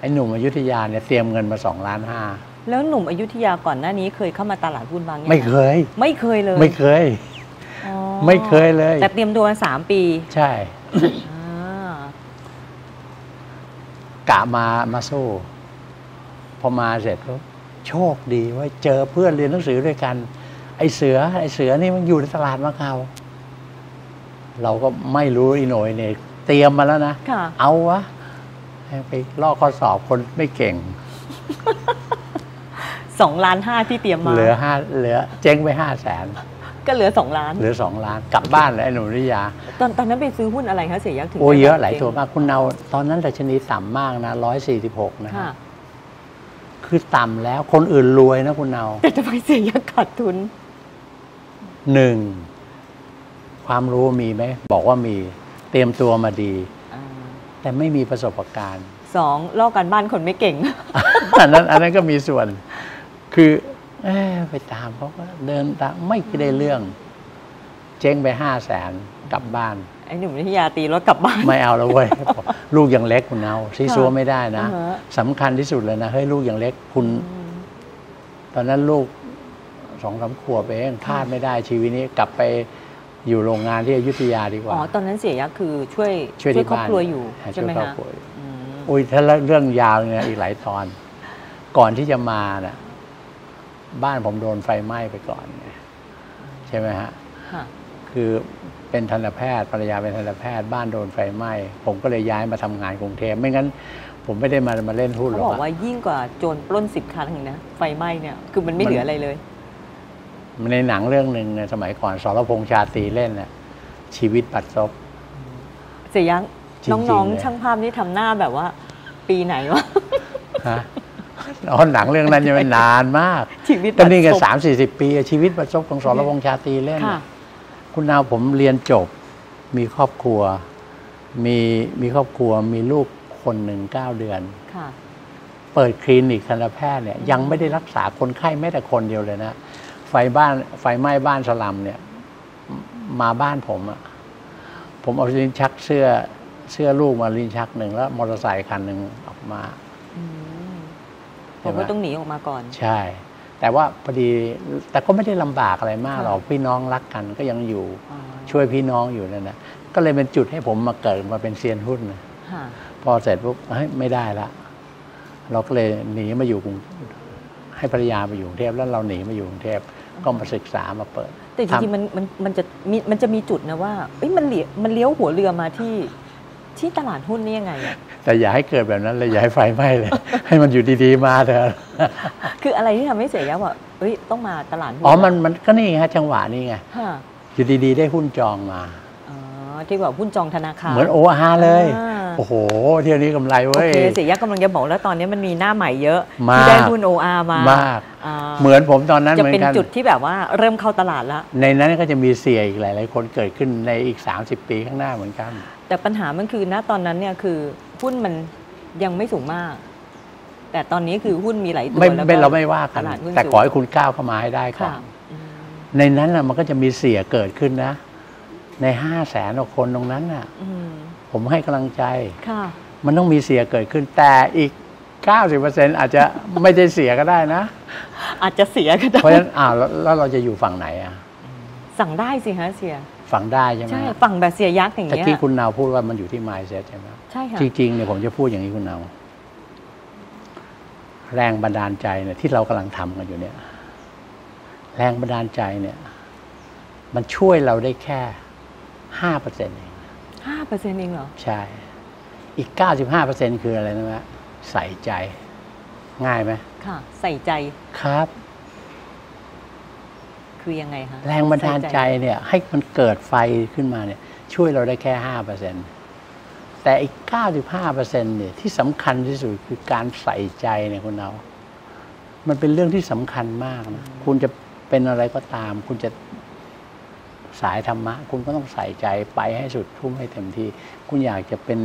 Speaker 1: ไอ้หนุ่มอยุธยาเนี่ยเตรียมเงินมาสองล้านห้า
Speaker 2: แล้วหนุ่มอยุธยาก่อนหน้านี้เคยเข้ามาตลาดหุ้นบางยัง
Speaker 1: ไม่เคย
Speaker 2: ไม่เคยเลย
Speaker 1: ไม่เคย
Speaker 2: อ๋อ
Speaker 1: ไม่เคยเลย
Speaker 2: แต่เตรียมตัวมาสามปี
Speaker 1: ใช่
Speaker 2: อ่าก
Speaker 1: ะมามาสู้ พอมาเสร็จก็โชคดีไว้ยเจอเพื่อนเรียนหนังสือด้วยกัน ไอเสือ ไอเสือนี่มันอยู่ในตลาดมะเขาเราก็ไม่รู้อีโหน่อยเนี่ยเตรียมมาแล้วนะ
Speaker 2: ค่ะ
Speaker 1: เอาวะให้ไปลอกข้อสอบคนไม่เก่ง
Speaker 2: สองล้านห้าที่เตรียมมา
Speaker 1: เหลือห้าเหลือ เจ๊งไปห้าแสน
Speaker 2: ก็เหลือสองล้าน
Speaker 1: เหลือสองล้านกลับบ้านเลยไอหนุ่มอยุธยา
Speaker 2: ตอนตอนนั้นไปซื้อหุ้นอะไรคะเสียยักษ์ถึง
Speaker 1: โอ้
Speaker 2: ได้
Speaker 1: เยอะหลาย
Speaker 2: เก่ง
Speaker 1: ตัวมากคุณเอาตอนนั้นดัชนีต่ำมากนะร้อยสี่สิบหกนะ
Speaker 2: ค่ะ
Speaker 1: คือต่ำแล้วคนอื่นรวยนะคุณเอา
Speaker 2: แต่ทำไมเสียยักษ์ขาดทุน
Speaker 1: หนึ่งความรู้มีไหม บอกว่ามีเตรียมตัวมาดี
Speaker 2: อ่า
Speaker 1: แต่ไม่มีประสบการณ์
Speaker 2: สองลอกการบ้านคนไม่เก่ง
Speaker 1: อันนั้นอันนั้นก็มีส่วน คือเอ้ยไปตามเขาก็เดินตามไม่ได้เรื่อง เจ๊งไปห้าแสนกลับบ้าน
Speaker 2: ไอ้หนุ่มนิยาตีรถกลับบ้าน
Speaker 1: ไม่เอาแล้วเว้ย ลูกยังเล็กคุณเอาซีซัวไม่ได้นะ
Speaker 2: อ่าฮะ
Speaker 1: สำคัญที่สุดเลยนะ เฮ้ยลูกยังเล็กคุณ
Speaker 2: อืม
Speaker 1: ตอนนั้นลูกสองสามขวบเองพลาดไม่ได้ชีวิตนี้กลับไปอยู่โรงงานที่อยุธยาดีกว่า
Speaker 2: อ๋อ ตอนนั้นเสียยะคือช่วย
Speaker 1: ช่วยที่
Speaker 2: ครอบ
Speaker 1: บ้าน
Speaker 2: ครัวอยู่
Speaker 1: า
Speaker 2: ใช่ไหม
Speaker 1: วยครอบ
Speaker 2: คะ
Speaker 1: ครัวอยู่
Speaker 2: อืม
Speaker 1: อุ้ยถ้าเรื่องยาวเนี่ยอีกหลายตอน ก่อนที่จะมาน่ะบ้านผมโดนไฟไหม้ไปก่อนไงใช่ไหมฮะ
Speaker 2: ค่ะ
Speaker 1: คือเป็นทันตแพทย์ภรรยาเป็นทันตแพทย์บ้านโดนไฟไหม้ผมก็เลยย้ายมาทำงานกรุงเทพไม่งั้น ผมไม่ได้มามาเล่นหุ้น
Speaker 2: เขา
Speaker 1: หร
Speaker 2: บ
Speaker 1: อ
Speaker 2: อก กว่า
Speaker 1: อะ
Speaker 2: ยิ่งกว่าโจรปล้นสิบครั้งอีกนะ ไฟไหม้เนี่ย คือมันไม่
Speaker 1: มัน
Speaker 2: เหลืออะไรเลย
Speaker 1: ในหนังเรื่องหนึ่งในสมัยก่อนสรพงษ์ชาตรีเล่นน่ะชีวิตปัดซบ
Speaker 2: เสียยะ
Speaker 1: จริงๆ
Speaker 2: น้อง
Speaker 1: เลย
Speaker 2: ๆ ช่างภาพนี่ทำหน้าแบบว่า ปีไหนวะ
Speaker 1: ฮะ อ๋อหนังเรื่องนั้นยังไม่นานมาก
Speaker 2: ชีวิต
Speaker 1: ก็นี่ไง
Speaker 2: บัดซบ
Speaker 1: สามสี่สิบปีอะชีวิตประสบของสรพงษ์ชาตรีเล่น
Speaker 2: ค่ะ
Speaker 1: น่ะคุณนาวผมเรียนจบ มีครอบครัว มีมีครอบครัว มีลูกคนหนึ่งเก้าเดือน
Speaker 2: ค่ะ
Speaker 1: เปิดคลินิกทันตแพทย์เนี่ยยังไม่ได้รักษาคนไข้แม้แต่คนเดียวเลยนะ ไฟบ้านไฟไหม้บ้านสลัมเนี่ยมมาบ้านผมอะผมเอาลิ้นชักเสื้อเสื้อลูกมาลิ้นชักหนึ่งแล้วมอเตอร์ไซค์คันหนึ่งออกมา
Speaker 2: อืม
Speaker 1: เห็
Speaker 2: ผม
Speaker 1: นไหม
Speaker 2: ก็ต้องหนีออกมาก่อน
Speaker 1: ใช่ แต่ว่าพอดีแต่ก็ไม่ได้ลำบากอะไรมากหรอกพี่น้องรักกันก็ยังอยู่
Speaker 2: อ๋อ
Speaker 1: ช่วยพี่น้องอยู่นั่นนะก็เลยเป็นจุดให้ผมมาเกิดมาเป็นเซียนหุ้นนะ
Speaker 2: ค่ะ
Speaker 1: พอเสร็จปุ๊บเฮ้ยไม่ได้ละเราก็เลยหนีมาอยู่กรุงให้ภรรยามาอยู่กรุงเทพแล้วเราหนีมาอยู่กรุงเทพก็มาศึกษามาเปิด
Speaker 2: แต่จริง
Speaker 1: ทำ
Speaker 2: ๆมันมันมันจะมีมันจะมีจุดนะว่าเอ้ยมันเหลียมันเลี้ยวหัวเรือมาที่ ที่ตลาดหุ้นนี่ยังไงอะ
Speaker 1: แต่อย่าให้เกิดแบบนั้นเลยอย่าให้ไฟไหม้เลย ให้มันอยู่ดีๆมาเถอะ
Speaker 2: คืออะไรที่ทำให้เสียยะว่าเอ้ย ต้องมาตลาดหุ้
Speaker 1: อ๋อมันมันก็นี่ไงฮะจังหวะนี่ไง
Speaker 2: ค่ะ
Speaker 1: อยู่ดีๆได้หุ้นจองมา
Speaker 2: อ๋อ ที่แบบหุ้นจองธนาคาร
Speaker 1: เหมือนโอฮาเลย
Speaker 2: อ่า
Speaker 1: โอ้โห เที่ยวนี้กำไร
Speaker 2: โอ
Speaker 1: เว้ย
Speaker 2: เคเสียยะกำลังจะบอกแล้วตอนนี้มันมีหน้าใหม่เยอะ
Speaker 1: มาก
Speaker 2: ที่ได้หุ้น OR มาม
Speaker 1: าก เหมือนผมตอนนั้น
Speaker 2: จะ
Speaker 1: เหมือ
Speaker 2: เป็น
Speaker 1: นกัน
Speaker 2: จุดที่แบบว่าเริ่มเข้าตลาดแล้ว
Speaker 1: ในนั้นก็จะมีเสียอีกหลายๆคนเกิดขึ้นในอีก 30 ปีข้างหน้าเหมือนกัน
Speaker 2: แต่ปัญหามันคือณตอนนั้นเนี่ยคือหุ้นมันยังไม่สูงมาก แต่ตอนนี้คือหุ้นมีหลายตัว
Speaker 1: ไม่
Speaker 2: แล้วก็
Speaker 1: ไม่เราไม่ว่ากัน
Speaker 2: ตลดหุ้น
Speaker 1: แต่
Speaker 2: สูง
Speaker 1: ขอให้คุณก้าวเข้ามาให้ได้ก่อ
Speaker 2: ค่ะ
Speaker 1: น
Speaker 2: อืม
Speaker 1: ในนั้นน่ะมันก็จะมีเสียเกิดขึ้นนะ ในห้าแสนคนตรงนั้นน่ะ
Speaker 2: อืม
Speaker 1: ผมให้กำลังใจ
Speaker 2: ค่ะ
Speaker 1: มันต้องมีเสียเกิดขึ้นแต่อีก 90%อาจจะ ไม่ได้เสียก็ได้ นะ
Speaker 2: อาจจะเสียก็ได้
Speaker 1: เพราะฉะนั้นอ้าวแล้วแล้วเราจะอยู่ฝั่งไหนอ่ะ
Speaker 2: สั่งได้สิฮะเสีย
Speaker 1: ฝั่งได้ใช่ไหม
Speaker 2: ใช่ฝั่งแบบเสียยักษ์อย่าง
Speaker 1: ตะ
Speaker 2: เงี้ย
Speaker 1: กี้คุณนาวพูดว่ามันอยู่ที่ mindset ใช่ไหม
Speaker 2: ใช่ค่ะ
Speaker 1: จริงๆเนี่ยผมจะพูดอย่างนี้คุณนาวแรงบันดาลใจเนี่ยที่เรากำลังทำกันอยู่เนี่ย แรงบันดาลใจเนี่ย มันช่วยเราได้แค่ห้าเปอร์เซ็นต์เอง
Speaker 2: ห้าเปอร์เซ็นต์เองเหรอ
Speaker 1: ใช่ อีก 95%คืออะไรนะฮะใส่ใจ ง่ายไหม
Speaker 2: ค่ะ ใส่ใจ
Speaker 1: ครับ
Speaker 2: คือยังไงคะ
Speaker 1: แรงบันดาลใจ
Speaker 2: ส่
Speaker 1: เนี่ย ให้มันเกิดไฟขึ้นมาเนี่ย ช่วยเราได้แค่ 5%แต่อีก 95%เนี่ยที่สำคัญที่สุดคือการใส่ใจเนี่ยคุณเอามันเป็นเรื่องที่สำคัญมากนะคุณจะเป็นอะไรก็ตาม คุณจะสายธรรมะ คุณก็ต้องใส่ใจไปให้สุดทุ่มให้เต็มที่ คุณอยากจะเป็น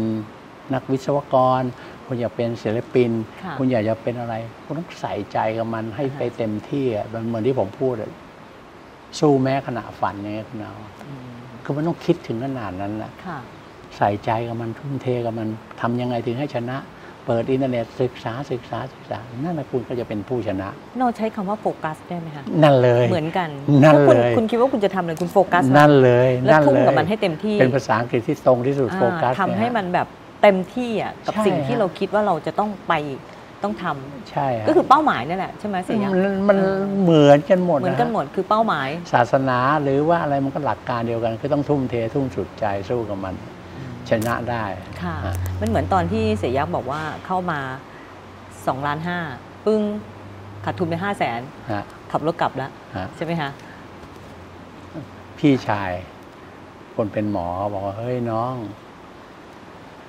Speaker 1: นักวิศวกร คุณอยากเป็นศิลปิน
Speaker 2: ะ
Speaker 1: คุณอยากจะเป็นอะไร คุณต้องใส่ใจกับมันให้ไปเต็มที่อ่ะมันเหมือนที่ผมพูดอะ สู้แม้ขณะฝันอย่างเงี้ยคุณเอา
Speaker 2: อืม
Speaker 1: คือมันต้องคิดถึงขนาดนั้นนะ
Speaker 2: ค่ะ
Speaker 1: ใส่ใจกับมันทุ่มเทกับมันทำยังไงถึงให้ชนะ เปิดอินเทอร์เน็ตศึกษาศึกษาศึกษา นั่นนะคุณก็จะเป็นผู้ชนะ
Speaker 2: เราใช้คำว่าโฟกัสได้ไหมคะ
Speaker 1: นั่นเลย
Speaker 2: เหมือนกัน
Speaker 1: นั่น
Speaker 2: ถ้าคุณ
Speaker 1: เลย
Speaker 2: คุณคิดว่าคุณจะทำอะไรคุณโฟกัส
Speaker 1: นั่นเลย
Speaker 2: แล้ว
Speaker 1: น
Speaker 2: ทุ่ม
Speaker 1: เลย
Speaker 2: กับมันให้เต็มที่
Speaker 1: เป็นภาษาอังกฤษที่ตรงที่สุด
Speaker 2: อ่า
Speaker 1: โฟกัส
Speaker 2: ทำให้
Speaker 1: เย
Speaker 2: มันแบบเต็มที่อ่ะกับ
Speaker 1: ใช่
Speaker 2: สิ่งที่
Speaker 1: ฮะ
Speaker 2: เราคิดว่าเราจะต้องไปต้องทำ
Speaker 1: ใช่ฮะ
Speaker 2: ก็คือเป้าหมายนั่นแหละใช่ไหมเสียยะ
Speaker 1: มันมันเหมือนกันหมด
Speaker 2: เหมือนะ กัน
Speaker 1: ฮะ
Speaker 2: หมดคือเป้าหมาย
Speaker 1: ศาสนาหรือว่าอะไรมันก็หลักการเดียวกันคือต้องทุ่มเททุ่มสุดใจสู้กับมัน ชนะได้
Speaker 2: ค่ะ
Speaker 1: ฮะ
Speaker 2: มันเหมือนตอนที่เสียยักษ์บอกว่าเข้ามา2ล้านห้าปึ้งขาดทุนไป5 0 0แสน
Speaker 1: ฮะ
Speaker 2: ขับรถกลับแล้ว
Speaker 1: ฮะ
Speaker 2: ใช่ไหมคะ
Speaker 1: พี่ชาย คนเป็นหมอบอกว่าเฮ้ยน้อง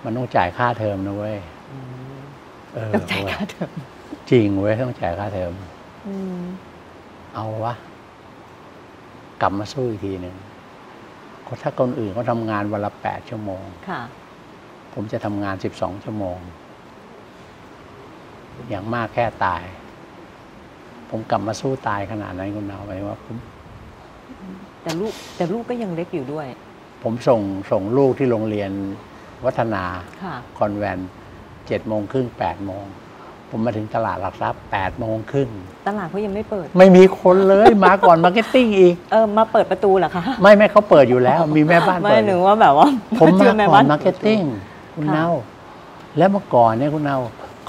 Speaker 1: มันต้องจ่ายค่าเทอมนะเว้ยเออ
Speaker 2: ต้องจ่าย
Speaker 1: เว้ย
Speaker 2: ค่าเทอม
Speaker 1: จริงเว้ยต้องจ่ายค่าเทอม เอาวะกลับมาสู้อีกทีหนึ่งก็ถ้าคนอื่นเขาทำงานวันละแปดชั่วโมง
Speaker 2: ค่ะ
Speaker 1: ผมจะทำงานสิบสองชั่วโมง อย่างมากแค่ตาย ผมกลับมาสู้ตายขนาดนั้นคุณเอาไหมว่าผม
Speaker 2: แต่ลูกแต่ลูกก็ยังเล็กอยู่ด้วย
Speaker 1: ผมส่งส่งลูกที่โรงเรียนวัฒนา
Speaker 2: ค่ะ
Speaker 1: คอนแวนเจ็ดโมงครึ่งแปดโมง ผมมาถึงตลาดหลักทรัพย์แปดโมงครึ่ง
Speaker 2: ตลาดเขายังไม่เปิด
Speaker 1: ไม่มีคน เลยมาก่อนมาร์เก็ตติ้งอีก
Speaker 2: เออมาเปิดประตูเหรอคะ
Speaker 1: ไม่ไม่เขาเปิดอยู่แล้ว มีแม่บ้าน
Speaker 2: ไม่
Speaker 1: เปิด
Speaker 2: หนูว่าแบบว่า
Speaker 1: ผมมา
Speaker 2: เจ
Speaker 1: ก่
Speaker 2: แ
Speaker 1: อนมาร์เก็ตติ้งคุณเนาแล้วเมื่อก่อนเนี่ยคุณเนา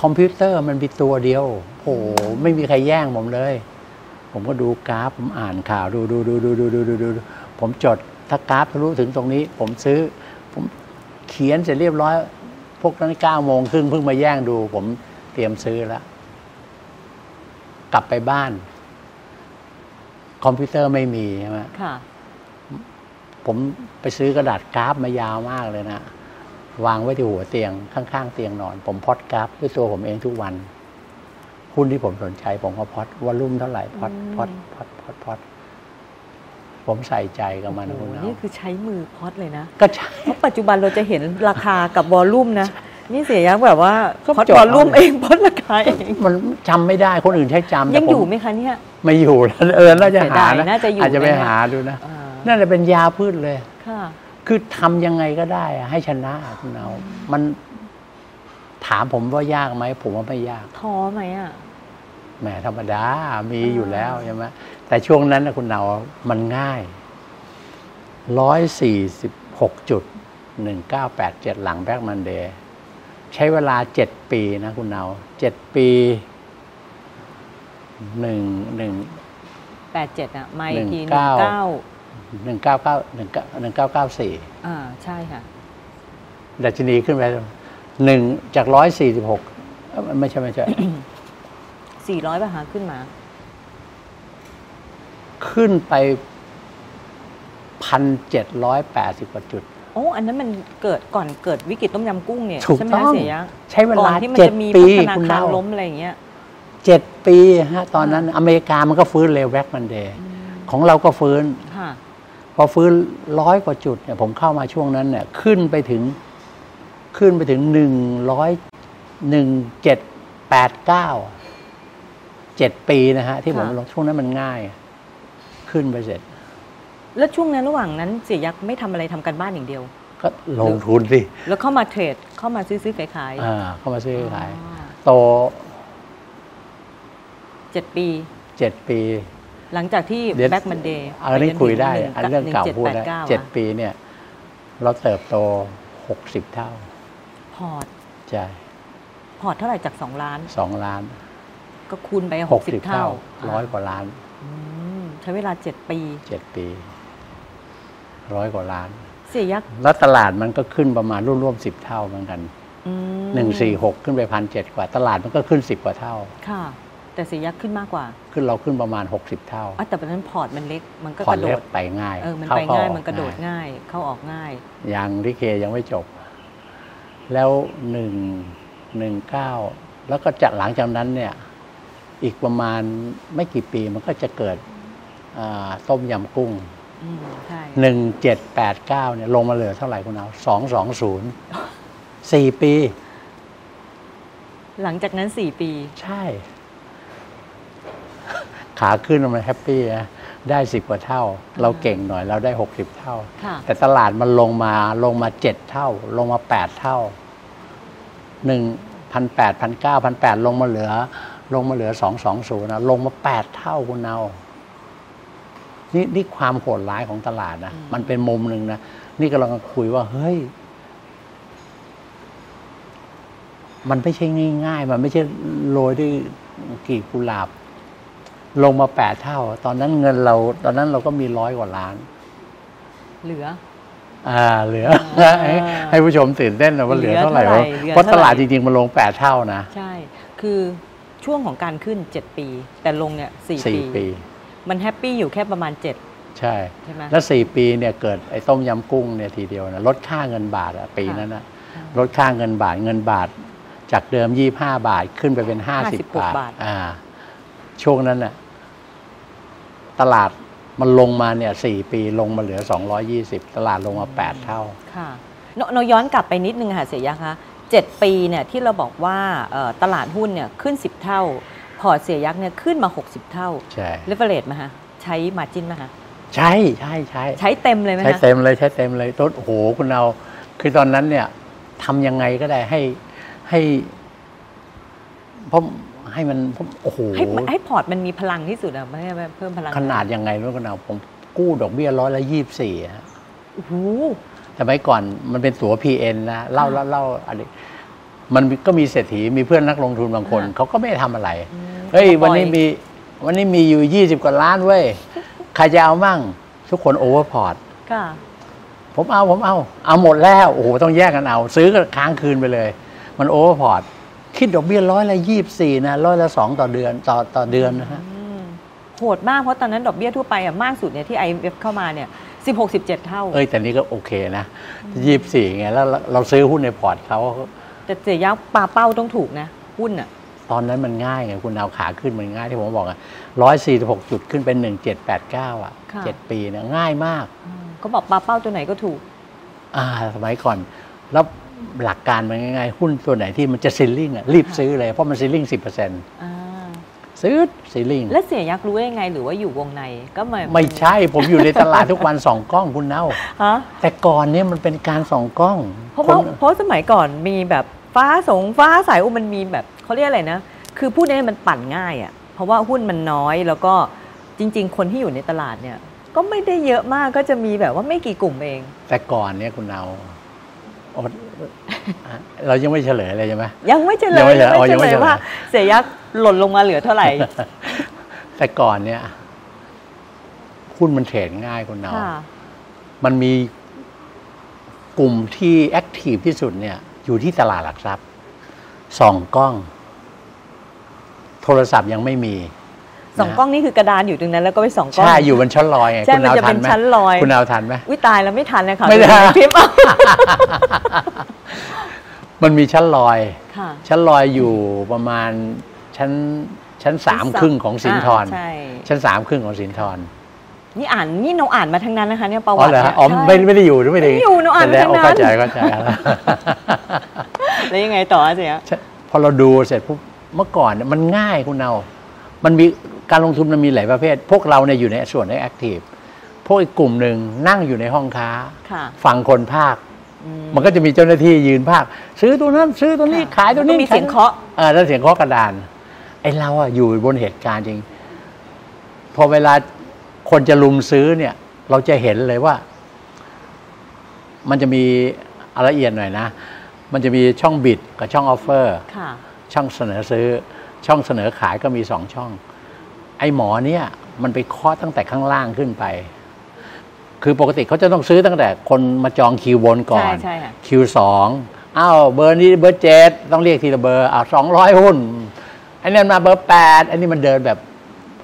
Speaker 1: คอมพิวเตอร์มันมีตัวเดียว โอ้โหไม่มีใครแย่งผมเลย ผมก็ดูกราฟ ผมอ่านข่าวดูดูดูดูดูดูดูดูผมจดถ้ากราฟทะลุถึงตรงนี้ ผมซื้อ ผมเขียนเสร็จเรียบร้อย พวกนั้นเก้าโมงครึ่งเพิ่งมาแย่งดู ผมเตรียมซื้อแล้ว กลับไปบ้าน คอมพิวเตอร์ไม่มีใช่ไหม
Speaker 2: ค่ะ
Speaker 1: ผมไปซื้อกระดาษกราฟมายาวมากเลยนะ วางไว้ที่หัวเตียง ข้างๆ เตียงนอน ผมพอดกราฟด้วยตัวผมเองทุกวันหุ้นที่ผมสนใจ ผมก็พอดว่ารุ่มเท่าไหร่พอด
Speaker 2: อืม
Speaker 1: พอดพอดพอดพอดผมใส่ใจกับมัน
Speaker 2: โอ้
Speaker 1: นะคุณ
Speaker 2: โห
Speaker 1: เอา
Speaker 2: นี่คือใช้มือพอดเลยนะ
Speaker 1: ก็ใช่
Speaker 2: เพราะปัจจุบันเราจะเห็นราคากับวอลลุ่ม นะ นี่เสียยังแบบว่า
Speaker 1: ก็
Speaker 2: พอด
Speaker 1: จด
Speaker 2: ว
Speaker 1: เอา
Speaker 2: อลลุ่มเองพอดราคาเอง
Speaker 1: มันจำไม่ได้คนอื่นใช้จำแต่
Speaker 2: ยัง
Speaker 1: ผ
Speaker 2: อยู่ไหมคะเนี่ย
Speaker 1: ไม่อยู่แล้วเออน่าจะ
Speaker 2: เสีย
Speaker 1: หา
Speaker 2: ดาย
Speaker 1: นะ
Speaker 2: น่าจะอยู่
Speaker 1: อาจจะไป
Speaker 2: นะคะ
Speaker 1: หาดูนะ
Speaker 2: อ่า
Speaker 1: นั่นแหละเป็นยาพืชเลย
Speaker 2: ค่ะ
Speaker 1: คือทำยังไงก็ได้อะให้ชนะอะคุณเอามันถามผมว่ายากไหมผมว่าไม่ยาก
Speaker 2: ท้อไหมอ่ะ
Speaker 1: แหมธรรมดา มี
Speaker 2: อ่า
Speaker 1: อยู่แล้วใช่ไหมแต่ช่วงนั้นนะคุณเนามันง่ายร้อยสี่สิบหกจุดหนึ่งเก้าแปดเจ็ดหลังแบ็กมันเดย์ใช้เวลาเจ็ดปีนะคุณเนาเจ็ดปีหนึ่งหนึ่ง
Speaker 2: แปดเจ็ดอ่ะไม่
Speaker 1: หนึ่ง
Speaker 2: ทีหนึ่
Speaker 1: เก้า
Speaker 2: งเก้า
Speaker 1: หนึ่งเก้าเก้าหนึ่งเก้าหนึ่งเก้าเก้าสี่
Speaker 2: อ่าใช่ค่ะ
Speaker 1: ดัชนีขึ้นไปหนึ่งจากร้อยสี่สิบหกไม่ใช่ไม่ใช่
Speaker 2: สี่ร้อยบาทหาขึ้นมา
Speaker 1: ขึ้นไปพันเจ็ดร้อยแปดสิบกว่าจุด
Speaker 2: โอ้อันนั้นมันเกิดก่อนเกิดวิกฤตต้มยำกุ้งเนี่ย
Speaker 1: ถูก
Speaker 2: ใช่ไหม
Speaker 1: ต้อ
Speaker 2: คะ
Speaker 1: ง
Speaker 2: เสียยัง
Speaker 1: ใช้เว
Speaker 2: ก่อ
Speaker 1: ลาน
Speaker 2: ที่มัน
Speaker 1: เจ็ด
Speaker 2: จะมี
Speaker 1: ปี
Speaker 2: พัฒนา
Speaker 1: คุณ
Speaker 2: คาร
Speaker 1: เล่า
Speaker 2: ล้มอะไรอย่างเงี้ย
Speaker 1: เจ็ดปีฮะตอนนั้นอเมริกามันก็ฟื้นเร็วแบ็กมันเดย์ของเราก็ฟื้น
Speaker 2: ค่ะ
Speaker 1: พอฟื้นร้อยกว่าจุดเนี่ยผมเข้ามาช่วงนั้นเนี่ยขึ้นไปถึงขึ้นไปถึงหนึ่งร้อยหนึ่งเจ็ดแปดเก้าเจ็ดปีนะฮะ ที่ผม
Speaker 2: ค่ะ
Speaker 1: ลงช่วงนั้นมันง่าย ขึ้นไปเสร็จ
Speaker 2: แล้วช่วงนั้นระหว่างนั้นเสียยักษ์ไม่ทำอะไรทำกันบ้านอย่างเดียว
Speaker 1: ก็ลงทุนสิ
Speaker 2: แล้วเข้ามาเทรดเข้ามาซื้อซื้อขายขาย
Speaker 1: อ่าเข้ามาซื้อขาย
Speaker 2: อ๋อ
Speaker 1: โต
Speaker 2: เจ็ดปี
Speaker 1: เจ็ดปี
Speaker 2: หลังจากที่
Speaker 1: เดี๋ยว
Speaker 2: แบ็กมันเดย์
Speaker 1: อันนี้คุยได้ อันเรื่องเก่าพูดได้เจ็ดปีเนี่ย เราเติบโตหกสิบเท่า
Speaker 2: พอร์ต
Speaker 1: ใช่
Speaker 2: พอร์ตเท่าไหร่จาก 2 ล้าน
Speaker 1: สองล้าน
Speaker 2: ก็คูณไป
Speaker 1: หกสิบ
Speaker 2: 60
Speaker 1: เท่า
Speaker 2: เท่า
Speaker 1: ร้อยกว่าล้าน
Speaker 2: อืมใช้เวลา 7 ปี
Speaker 1: เจ็ดปีร้อยกว่าล้าน
Speaker 2: เสียยักษ์
Speaker 1: แล้วตลาดมันก็ขึ้นประมาณร่วมร่วมสิบเท่าเหมือนกัน
Speaker 2: อืม
Speaker 1: หนึ่งสี่หกขึ้นไปพันเจ็ดกว่า ตลาดมันก็ขึ้นสิบกว่าเท่า
Speaker 2: ค่ะ แต่เสียยักษ์ขึ้นมากกว่า
Speaker 1: ขึ้นเราขึ้นประมาณหกสิบเท่า
Speaker 2: อ่ะแต่ตอนนั้นพอร์ตมันเล็ก มันก็
Speaker 1: ผ่อก น
Speaker 2: ระโด
Speaker 1: เล็ก
Speaker 2: ด
Speaker 1: ไปง่าย
Speaker 2: เออ มัน
Speaker 1: ข้
Speaker 2: ไป
Speaker 1: ข้อ
Speaker 2: ง่าย
Speaker 1: ออ
Speaker 2: มันกระโดดง่าย เข้าออกง่าย
Speaker 1: ยังลิเกยังไม่จบ แล้วหนึ่งหนึ่งเก้าแล้วก็จากหลังจากนั้นเนี่ย อีกประมาณไม่กี่ปีมันก็จะเกิดอ่าต้มยำกุ้ง
Speaker 2: อืมใช่
Speaker 1: หนึ่งเจ็ดแปดเก้าเนี่ยลงมาเหลือเท่าไหร่คุณเอาสองสองศูนย์สี่ปี
Speaker 2: หลังจากนั้น 4 ปี
Speaker 1: ใช่ ขาขึ้นมันแฮปปี้นะได้สิบกว่าเท่า เราเก่งหน่อยเราได้หกสิบเท่า
Speaker 2: ค่ะ
Speaker 1: แต่ตลาดมันลงมาลงมาเจ็ดเท่า ลงมาแปดเท่าหนึ่งพันแปดพันเก้าพันแปดลงมาเหลือ ลงมาเหลือสองสองศูนย์นะลงมาแปดเท่าคุณเอา นี่นี่ความโหดร้ายของตลาดนะ
Speaker 2: อืม
Speaker 1: มันเป็นมุมหนึ่งนะ นี่กำลังคุยว่า เฮ้ย มันไม่ใช่ง่ายๆ มันไม่ใช่โรยด้วยกลีบกุหลาบ ลงมาแปดเท่า ตอนนั้นเงินเรา ตอนนั้นเราก็มีร้อยกว่าล้าน
Speaker 2: เหลือ
Speaker 1: อ่าเหลือ
Speaker 2: อ่า
Speaker 1: ให้ให้ผู้ชมตื่นเต้นหนะว่าเหลือเท่าไหร่
Speaker 2: เหลือเท่าไหร่
Speaker 1: วะ
Speaker 2: เหลือ
Speaker 1: เพราะ
Speaker 2: เท่า
Speaker 1: ต
Speaker 2: ไหร่
Speaker 1: ลาดจริงๆ มันลง 8 เท่านะ
Speaker 2: ใช่ คือช่วงของการขึ้น 7 ปี แต่ลงเนี่ยสี่
Speaker 1: สี่
Speaker 2: ปี
Speaker 1: ปี
Speaker 2: มันแฮปปี้อยู่แค่ประมาณ 7
Speaker 1: ใช่
Speaker 2: ใช่ไหม
Speaker 1: แล้ว 4 ปีเนี่ยเกิดไอ้ต้มยำกุ้งเนี่ยทีเดียวนะลดค่าเงินบาทอะปีนั้นนะลดค่าเงินบาทเงินบาท จากเดิม 25 บาทขึ้นไปเป็น 50
Speaker 2: 56
Speaker 1: บาท
Speaker 2: บาท
Speaker 1: อ่าช่วงนั้นน่ะตลาดมันลงมาเนี่ยสี่ปีลงมาเหลือ 220 ตลาดลงมา 8 เท่า
Speaker 2: ค่ะเนเราย้อนกลับไปนิดนึงค่ะเสียยะคะเจ็ดปีเนี่ยที่เราบอกว่าเอ่อตลาดหุ้นเนี่ยขึ้น 10 เท่า พอร์ตเสียยักษ์เนี่ยขึ้นมา 60 เท่า
Speaker 1: ใช่
Speaker 2: เลเวอเรจมาฮะใช้มาจินมาฮะ
Speaker 1: ใช่ใช่ใช่
Speaker 2: ใช้เต็มเลยไหม
Speaker 1: ใช้
Speaker 2: คะ
Speaker 1: เต็มเลยใช้เต็มเลยต้นโอ้โหคุณเอา คือตอนนั้นเนี่ยทำยังไงก็ได้ให้ให้เพราะให้มันโอ้โห
Speaker 2: ให้มันให้พอร์ตมันมีพลังที่สุดอะไม่ใช่เพิ่มพลัง
Speaker 1: ขนาดยังไงรู้กันเอาผมกู้ดอกเบี้ยร้อยละยี่สี่
Speaker 2: โอ้โห
Speaker 1: สมัยก่อนมันเป็นตั๋ว PN นะเล่าเล่าเล่าอะไรมันก็มีเศรษฐีมีเพื่อนนักลงทุนบางคน
Speaker 2: อ่า
Speaker 1: เขาก็ไม่ทำอะไร
Speaker 2: อืม
Speaker 1: เฮ้ย
Speaker 2: ก็ปล่
Speaker 1: วัน
Speaker 2: อย
Speaker 1: นี้มีวันนี้มีอยู่ยี่สิบกว่าล้านเว้ย ใครจะเอามั่ง ทุกคนโอเวอร์พอร์ต
Speaker 2: ค่ะ
Speaker 1: ผมเอาผมเอา เอาหมดแล้ว โอ้โห ต้องแยกกันเอา ซื้อก็ค้างคืนไปเลย มันโอเวอร์พอร์ต คิดดอกเบี้ยร้อยละยี่สี่นะร้อยละสองต่อเดือนต่อต่อเดือนนะฮะ
Speaker 2: อืมโหดมากเพราะตอนนั้นดอกเบี้ยทั่วไปอะมากสุดเนี่ยที่ IMF เข้ามาเนี่ย16 17 เท่า
Speaker 1: เอ้ยแต่นี้ก็โอเคนะยี่สิบสี่ไงแล้วเราเราซื้อหุ้นในพอร์ตเขา
Speaker 2: แต่เสียยักษ์ปลาเป้าต้องถูกนะหุ้นอ่ะ
Speaker 1: ตอนนั้นมันง่ายไงคุณเอาขาขึ้นมันง่ายที่ผมบอกอะร้อยสี่หกจุดขึ้นเป็นหนึ่งเจ็ดแปดเก้าอ่ะ
Speaker 2: ค่ะ
Speaker 1: เจ็ดปีนะง่ายมาก
Speaker 2: เขาบอกปลาเป้าตัวไหนก็ถูก
Speaker 1: อ่าสมัยก่อน แล้วหลักการมันง่ายๆหุ้นตัวไหนที่มันจะซิลลิ่งอ่ะรีบซื้อเลย เพราะมันซิลลิ่งสิบเปอร์เซ็นต์
Speaker 2: อ่า
Speaker 1: ซื้อซิลลิ่ง
Speaker 2: และเสียยักษ์รู้ได้ยังไงหรือว่าอยู่วงในก็มา
Speaker 1: ไม่ใช่ผมอยู่ในตลาดทุกวันสองกล้องคุณเน่า
Speaker 2: ฮะ
Speaker 1: แต่ก่อนเนี่ยมันเป็นการสองกล้อง
Speaker 2: เพราะ
Speaker 1: ค
Speaker 2: ว่าน เพราะสมัยก่อนมีแบบฟ้าสงฟ้าสายอุมันมีแบบเขาเรียกอะไรนะ คือพูดง่ายๆมันปั่นง่ายอะ่ะ เพราะว่าหุ้นมันน้อยแล้วก็จริง ๆ คนที่อยู่ในตลาดเนี่ย ก็ไม่ได้เยอะมากก็จะมีแบบว่าไม่กี่กลุ่มเอง
Speaker 1: แต่ก่อนเนี่ยคุณเอาอดอ่ะเรายังไม่เฉลยเลยใช่ไหม
Speaker 2: ยังไม่เฉล
Speaker 1: ยัง
Speaker 2: ย
Speaker 1: ไม่เฉลยอ๋อยั
Speaker 2: ยัง ง
Speaker 1: ไม่
Speaker 2: ไม่เฉล
Speaker 1: เฉล
Speaker 2: ย
Speaker 1: ย
Speaker 2: ว่าเสียยักษ์หล่นลงมาเหลือเท่าไหร่
Speaker 1: แต่ก่อนเนี่ยหุ้นมันเทรดง่ายคุณ เอา
Speaker 2: ค่ะ
Speaker 1: มันมีกลุ่มที่แอคทีฟที่สุดเนี่ย อยู่ที่ตลาดหลักทรัพย์ส่องกล้อง โทรศัพท์ยังไม่มี
Speaker 2: สองกล้องนี่คือกระดานอยู่ตรงนั้น แล้วก็ไปสองกล้อง
Speaker 1: ใช่อยู่บนชั้นลอยไง
Speaker 2: ใช่
Speaker 1: คุณเอา
Speaker 2: มันจะ
Speaker 1: ทั
Speaker 2: เป็น น
Speaker 1: ไหม
Speaker 2: ชั้นลอย
Speaker 1: คุณเอาทันไหม
Speaker 2: วิตายแล้วไม่ทันเลยค่ะ
Speaker 1: ไม่ได้
Speaker 2: ดูในคลิปเอา
Speaker 1: มันมีชั้นลอย
Speaker 2: ค่ะ
Speaker 1: ชั้นลอยอยู่ประมาณชั้นชั้นสามครึ่งของสินทร
Speaker 2: าใช่
Speaker 1: ชั้นสามครึ่งของสินทร
Speaker 2: นี่อ่านนี่เราอ่านมาทั้งนั้นนะคะเนี่ยประ
Speaker 1: อ๋
Speaker 2: วั
Speaker 1: อ
Speaker 2: ติ
Speaker 1: เหรอ
Speaker 2: เนี่
Speaker 1: ฮะ
Speaker 2: ย
Speaker 1: อ๋อไม่
Speaker 2: ใช่
Speaker 1: ไม่ได้อยู่หรือไม่ได้
Speaker 2: ไม่ได้อยู่หนูอ่าน
Speaker 1: แต่แล้ว
Speaker 2: ไม่ได้
Speaker 1: เข้าใจ
Speaker 2: นาน
Speaker 1: เข้าใจ แล้ว
Speaker 2: แล้วยังไงต่อเสีย
Speaker 1: ใช่พอเราดูเสร็จปุ๊บเมื่อก่อนเนี่ยมันง่ายคุณเอา มันมีการลงทุนมันมีหลายประเภท พวกเราเนี่ยอยู่ในส่วนในแอคทีฟพวกอีกกลุ่มหนึ่งนั่งอยู่ในห้องค้า
Speaker 2: ค่ะ
Speaker 1: ฟังคนภาค
Speaker 2: อืม
Speaker 1: มันก็จะมีเจ้าหน้าที่ยืนภาค ซื้อตัวนั้นซื้อตัวนี้
Speaker 2: ค่ะ
Speaker 1: ขายตัวนี้
Speaker 2: มันก็มีเสียงเคาะ
Speaker 1: เออแล้วเสียงเคาะกระดาน ไอ้เราอะอยู่บนเหตุการณ์จริง พอเวลาคนจะลุมซื้อเนี่ย เราจะเห็นเลยว่า มันจะมีอะละเอียดหน่อยนะ มันจะมีช่องบิดกับช่องออฟเฟอร์
Speaker 2: ค่ะ
Speaker 1: ช่องเสนอซื้อ ช่องเสนอขายก็มีสองช่อง ไอ้หมอเนี่ย มันไปเคาะตั้งแต่ข้างล่างขึ้นไป คือปกติเขาจะต้องซื้อตั้งแต่คนมาจองคิวบนก่อน
Speaker 2: ใช่ใช่ค่ะ
Speaker 1: คิวสองอ้าวเบอร์นี้เบอร์เจ็ดต้องเรียกทีละเบอร์อ้าวสองร้อยหุ้นไอ้นั่นมาเบอร์แปดไอ้นี่มันเดินแบบ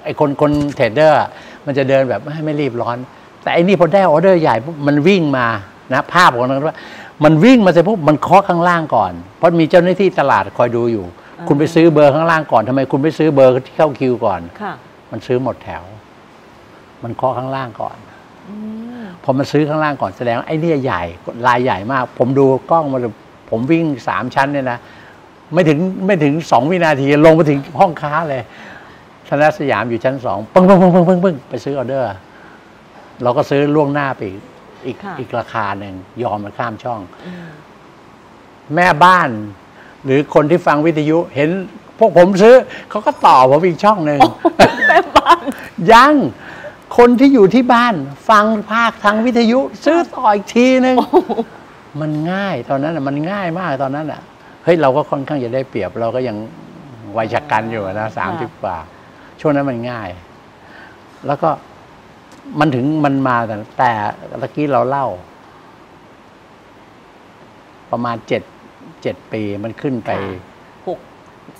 Speaker 1: ไอ้คนคนเทรดเดอร์อะมันจะเดินแบบไม่ไม่รีบร้อน แต่ไอ้นี่พอได้ออเดอร์ใหญ่ปุ๊บมันวิ่งมานะภาพของมันว่า มันวิ่งมาเสร็จปุ๊บมันเคาะข้างล่างก่อน เพราะมีเจ้าหน้าที่ตลาดคอยดูอยู่ คุณไปซื้อเบอร์ข้างล่างก่อนทำไมคุณไม่ซื้อเบอร์ที่เข้าคิวก่อน
Speaker 2: ค่ะ
Speaker 1: มันซื้อหมดแถว มันเคาะข้างล่างก่อน
Speaker 2: อืม
Speaker 1: พอมันซื้อข้างล่างก่อนแสดงว่าไอ้เนี่ยใหญ่ลายใหญ่มาก ผมดูกล้องมาเลยผมวิ่งสามชั้นเนี่ยนะ ไม่ถึงไม่ถึงสองวินาที ลงมาถึงห้องค้าเลยธนาสยามอยู่ชั้นสองปึ้งปึ้งปึ้งปึ้งปึ้งปึ้งไปซื้อออเดอร์ เราก็ซื้อล่วงหน้าไปอีกอีกอีกราคาหนึ่งยอมมันข้ามช่อง
Speaker 2: อืม
Speaker 1: แม่บ้าน หรือคนที่ฟังวิทยุ เห็นพวกผมซื้อเขาก็ต่อผมอีกช่องหนึ่ง
Speaker 2: แม่บ้าน
Speaker 1: ยังคนที่อยู่ที่บ้านฟังภาคทางวิทยุ ซื้อต่ออีกทีหนึ่งมันง่ายตอนนั้นน่ะมันง่ายมากตอนนั้นอ่ะเฮ้ยเราก็ค่อนข้างจะได้เปรียบเราก็ยังวัยชะกันอยู่นะสามสิบกว่า ช่วงนั้นมันง่าย แล้วก็มันถึงมันมาแต่แต่ตะกี้เราเล่า ประมาณเจ็ดเจ็ดปีมันขึ้นไป
Speaker 2: หก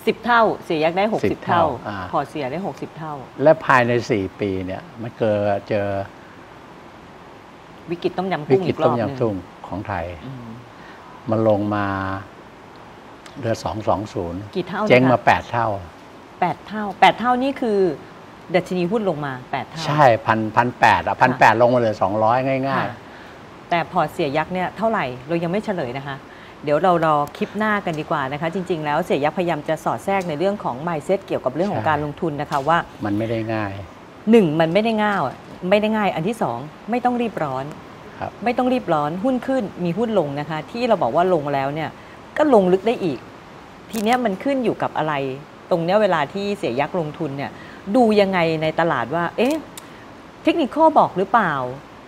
Speaker 2: สิบเท่า เสียยักษ์ได้หก
Speaker 1: สิ
Speaker 2: สิ
Speaker 1: บบ เท่า
Speaker 2: เท่า
Speaker 1: อ่า
Speaker 2: พอเสียได้หกสิบเท่า
Speaker 1: และภายในสี่ปีเนี่ย มันเกิดเจอ
Speaker 2: วิกฤตต้มยำ
Speaker 1: วิ
Speaker 2: กุ้ง
Speaker 1: กฤ
Speaker 2: อี
Speaker 1: ต
Speaker 2: กร
Speaker 1: ต้
Speaker 2: อ
Speaker 1: ม
Speaker 2: บหนึง
Speaker 1: ยำทุ่งของไทย
Speaker 2: อืม
Speaker 1: มันลงมาเดือนสองสองศูนย์
Speaker 2: กี่เท่า
Speaker 1: เจ๊งมา
Speaker 2: นะคะ
Speaker 1: แปดเท่า
Speaker 2: แปดเท่าแปดเท่านี่คือดัชนีหุ้นลงมาแปดเท่า
Speaker 1: ใช่พันพันแปดอ่ะพันแปดลงมาเหลยสองร้อยง่าย
Speaker 2: ค่ะแต่พอร์ตเสียยักษ์เนี่ยเท่าไหร่เรายังไม่เฉลยนะคะ เดี๋ยวเรารอคลิปหน้ากันดีกว่านะคะ จริง ๆ แล้วเสียยักษ์พยายามจะสอดแทรกในเรื่องของ mindset เกี่ยวกับเรื่องของ
Speaker 1: ใช่
Speaker 2: การลงทุนนะคะว่า
Speaker 1: ๆ มันไม่ได้ง่าย
Speaker 2: หนึ่งมันไม่ได้ง่ายไม่ได้ง่าย อันที่สองไม่ต้องรีบร้อน
Speaker 1: ครับ
Speaker 2: ไม่ต้องรีบร้อนหุ้นขึ้นมีหุ้นลงนะคะ ที่เราบอกว่าลงแล้วเนี่ยก็ลงลึกได้อีก ทีเนี้ยมันขึ้นอยู่กับอะไร ตรงเนี้ยเวลาที่เสียยักษ์ลงทุนเนี่ยดูยังไงในตลาดว่า เอ๊ะเทคนิคข้อบอกหรือเปล่า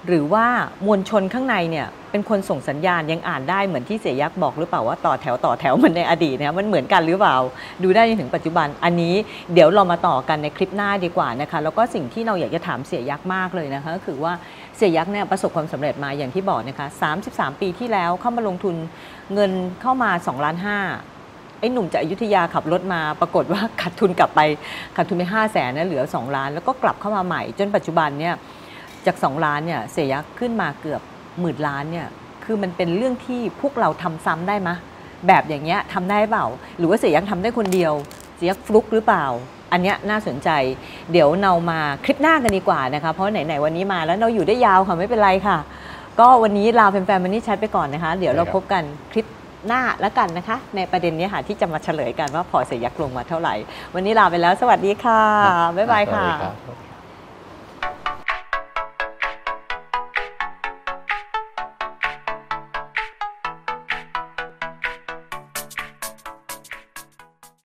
Speaker 2: หรือว่ามวลชนข้างในเนี่ยเป็นคนส่งสัญญาณยังอ่านได้เหมือนที่เสียยักษ์บอกหรือเปล่าว่าต่อแถวต่อแถวเหมือนในอดีตนะมันเหมือนกันหรือเปล่า ดูได้จนถึงปัจจุบันอันนี้เดี๋ยวเรามาต่อกันในคลิปหน้าดีกว่านะคะ แล้วก็สิ่งที่เราอยากจะถามเสียยักษ์มากเลยนะคะก็คือว่าเสียยักษ์เนี่ยประสบความสำเร็จมาอย่างที่บอกนะคะ 33 ปีที่แล้วเข้ามาลงทุนเงินเข้ามา2ล้านห้าไอ้หนุ่มจากอยุธยาขับรถมาปรากฏว่า ขาดทุนกลับไปขาดทุนไป5 0 0แสนนะเหลือ 2 ล้าน แล้วก็กลับเข้ามาใหม่ จนปัจจุบันเนี่ยจาก 2 ล้านเนี่ยเสียยักษ์ขึ้นมาเกือบหมื่นล้านเนี่ยคือมันเป็นเรื่องที่พวกเราทำซ้ำได้ไหมะ แบบอย่างเงี้ยทำได้เปล่า หรือว่าเสียยังทำได้คนเดียว เสียฟลุกหรือเปล่า อันเนี้ยน่าสนใจ เดี๋ยวเรามาคลิปหน้ากันดีกว่านะคะ เพราะไหน ๆ วันนี้มาแล้วเราอยู่ได้ยาวค่ะ ไม่เป็นไรค่ะ ก็วันนี้ลาแฟนๆมันนี่แชทไปก่อนนะคะ เดี๋ยวเรา
Speaker 1: ได้ครับ
Speaker 2: พบกันคลิปหน้าแล้วกันนะคะ ในประเด็นเนี้ยค่ะที่จะมาเฉลยกันว่าพอเสียยักษ์ลงมาเท่าไหร่ วันนี้ลาไปแล้ว สวัสดีค่ะบ๊ายบาย
Speaker 1: สวั
Speaker 2: ค่ะ
Speaker 1: สดีรับ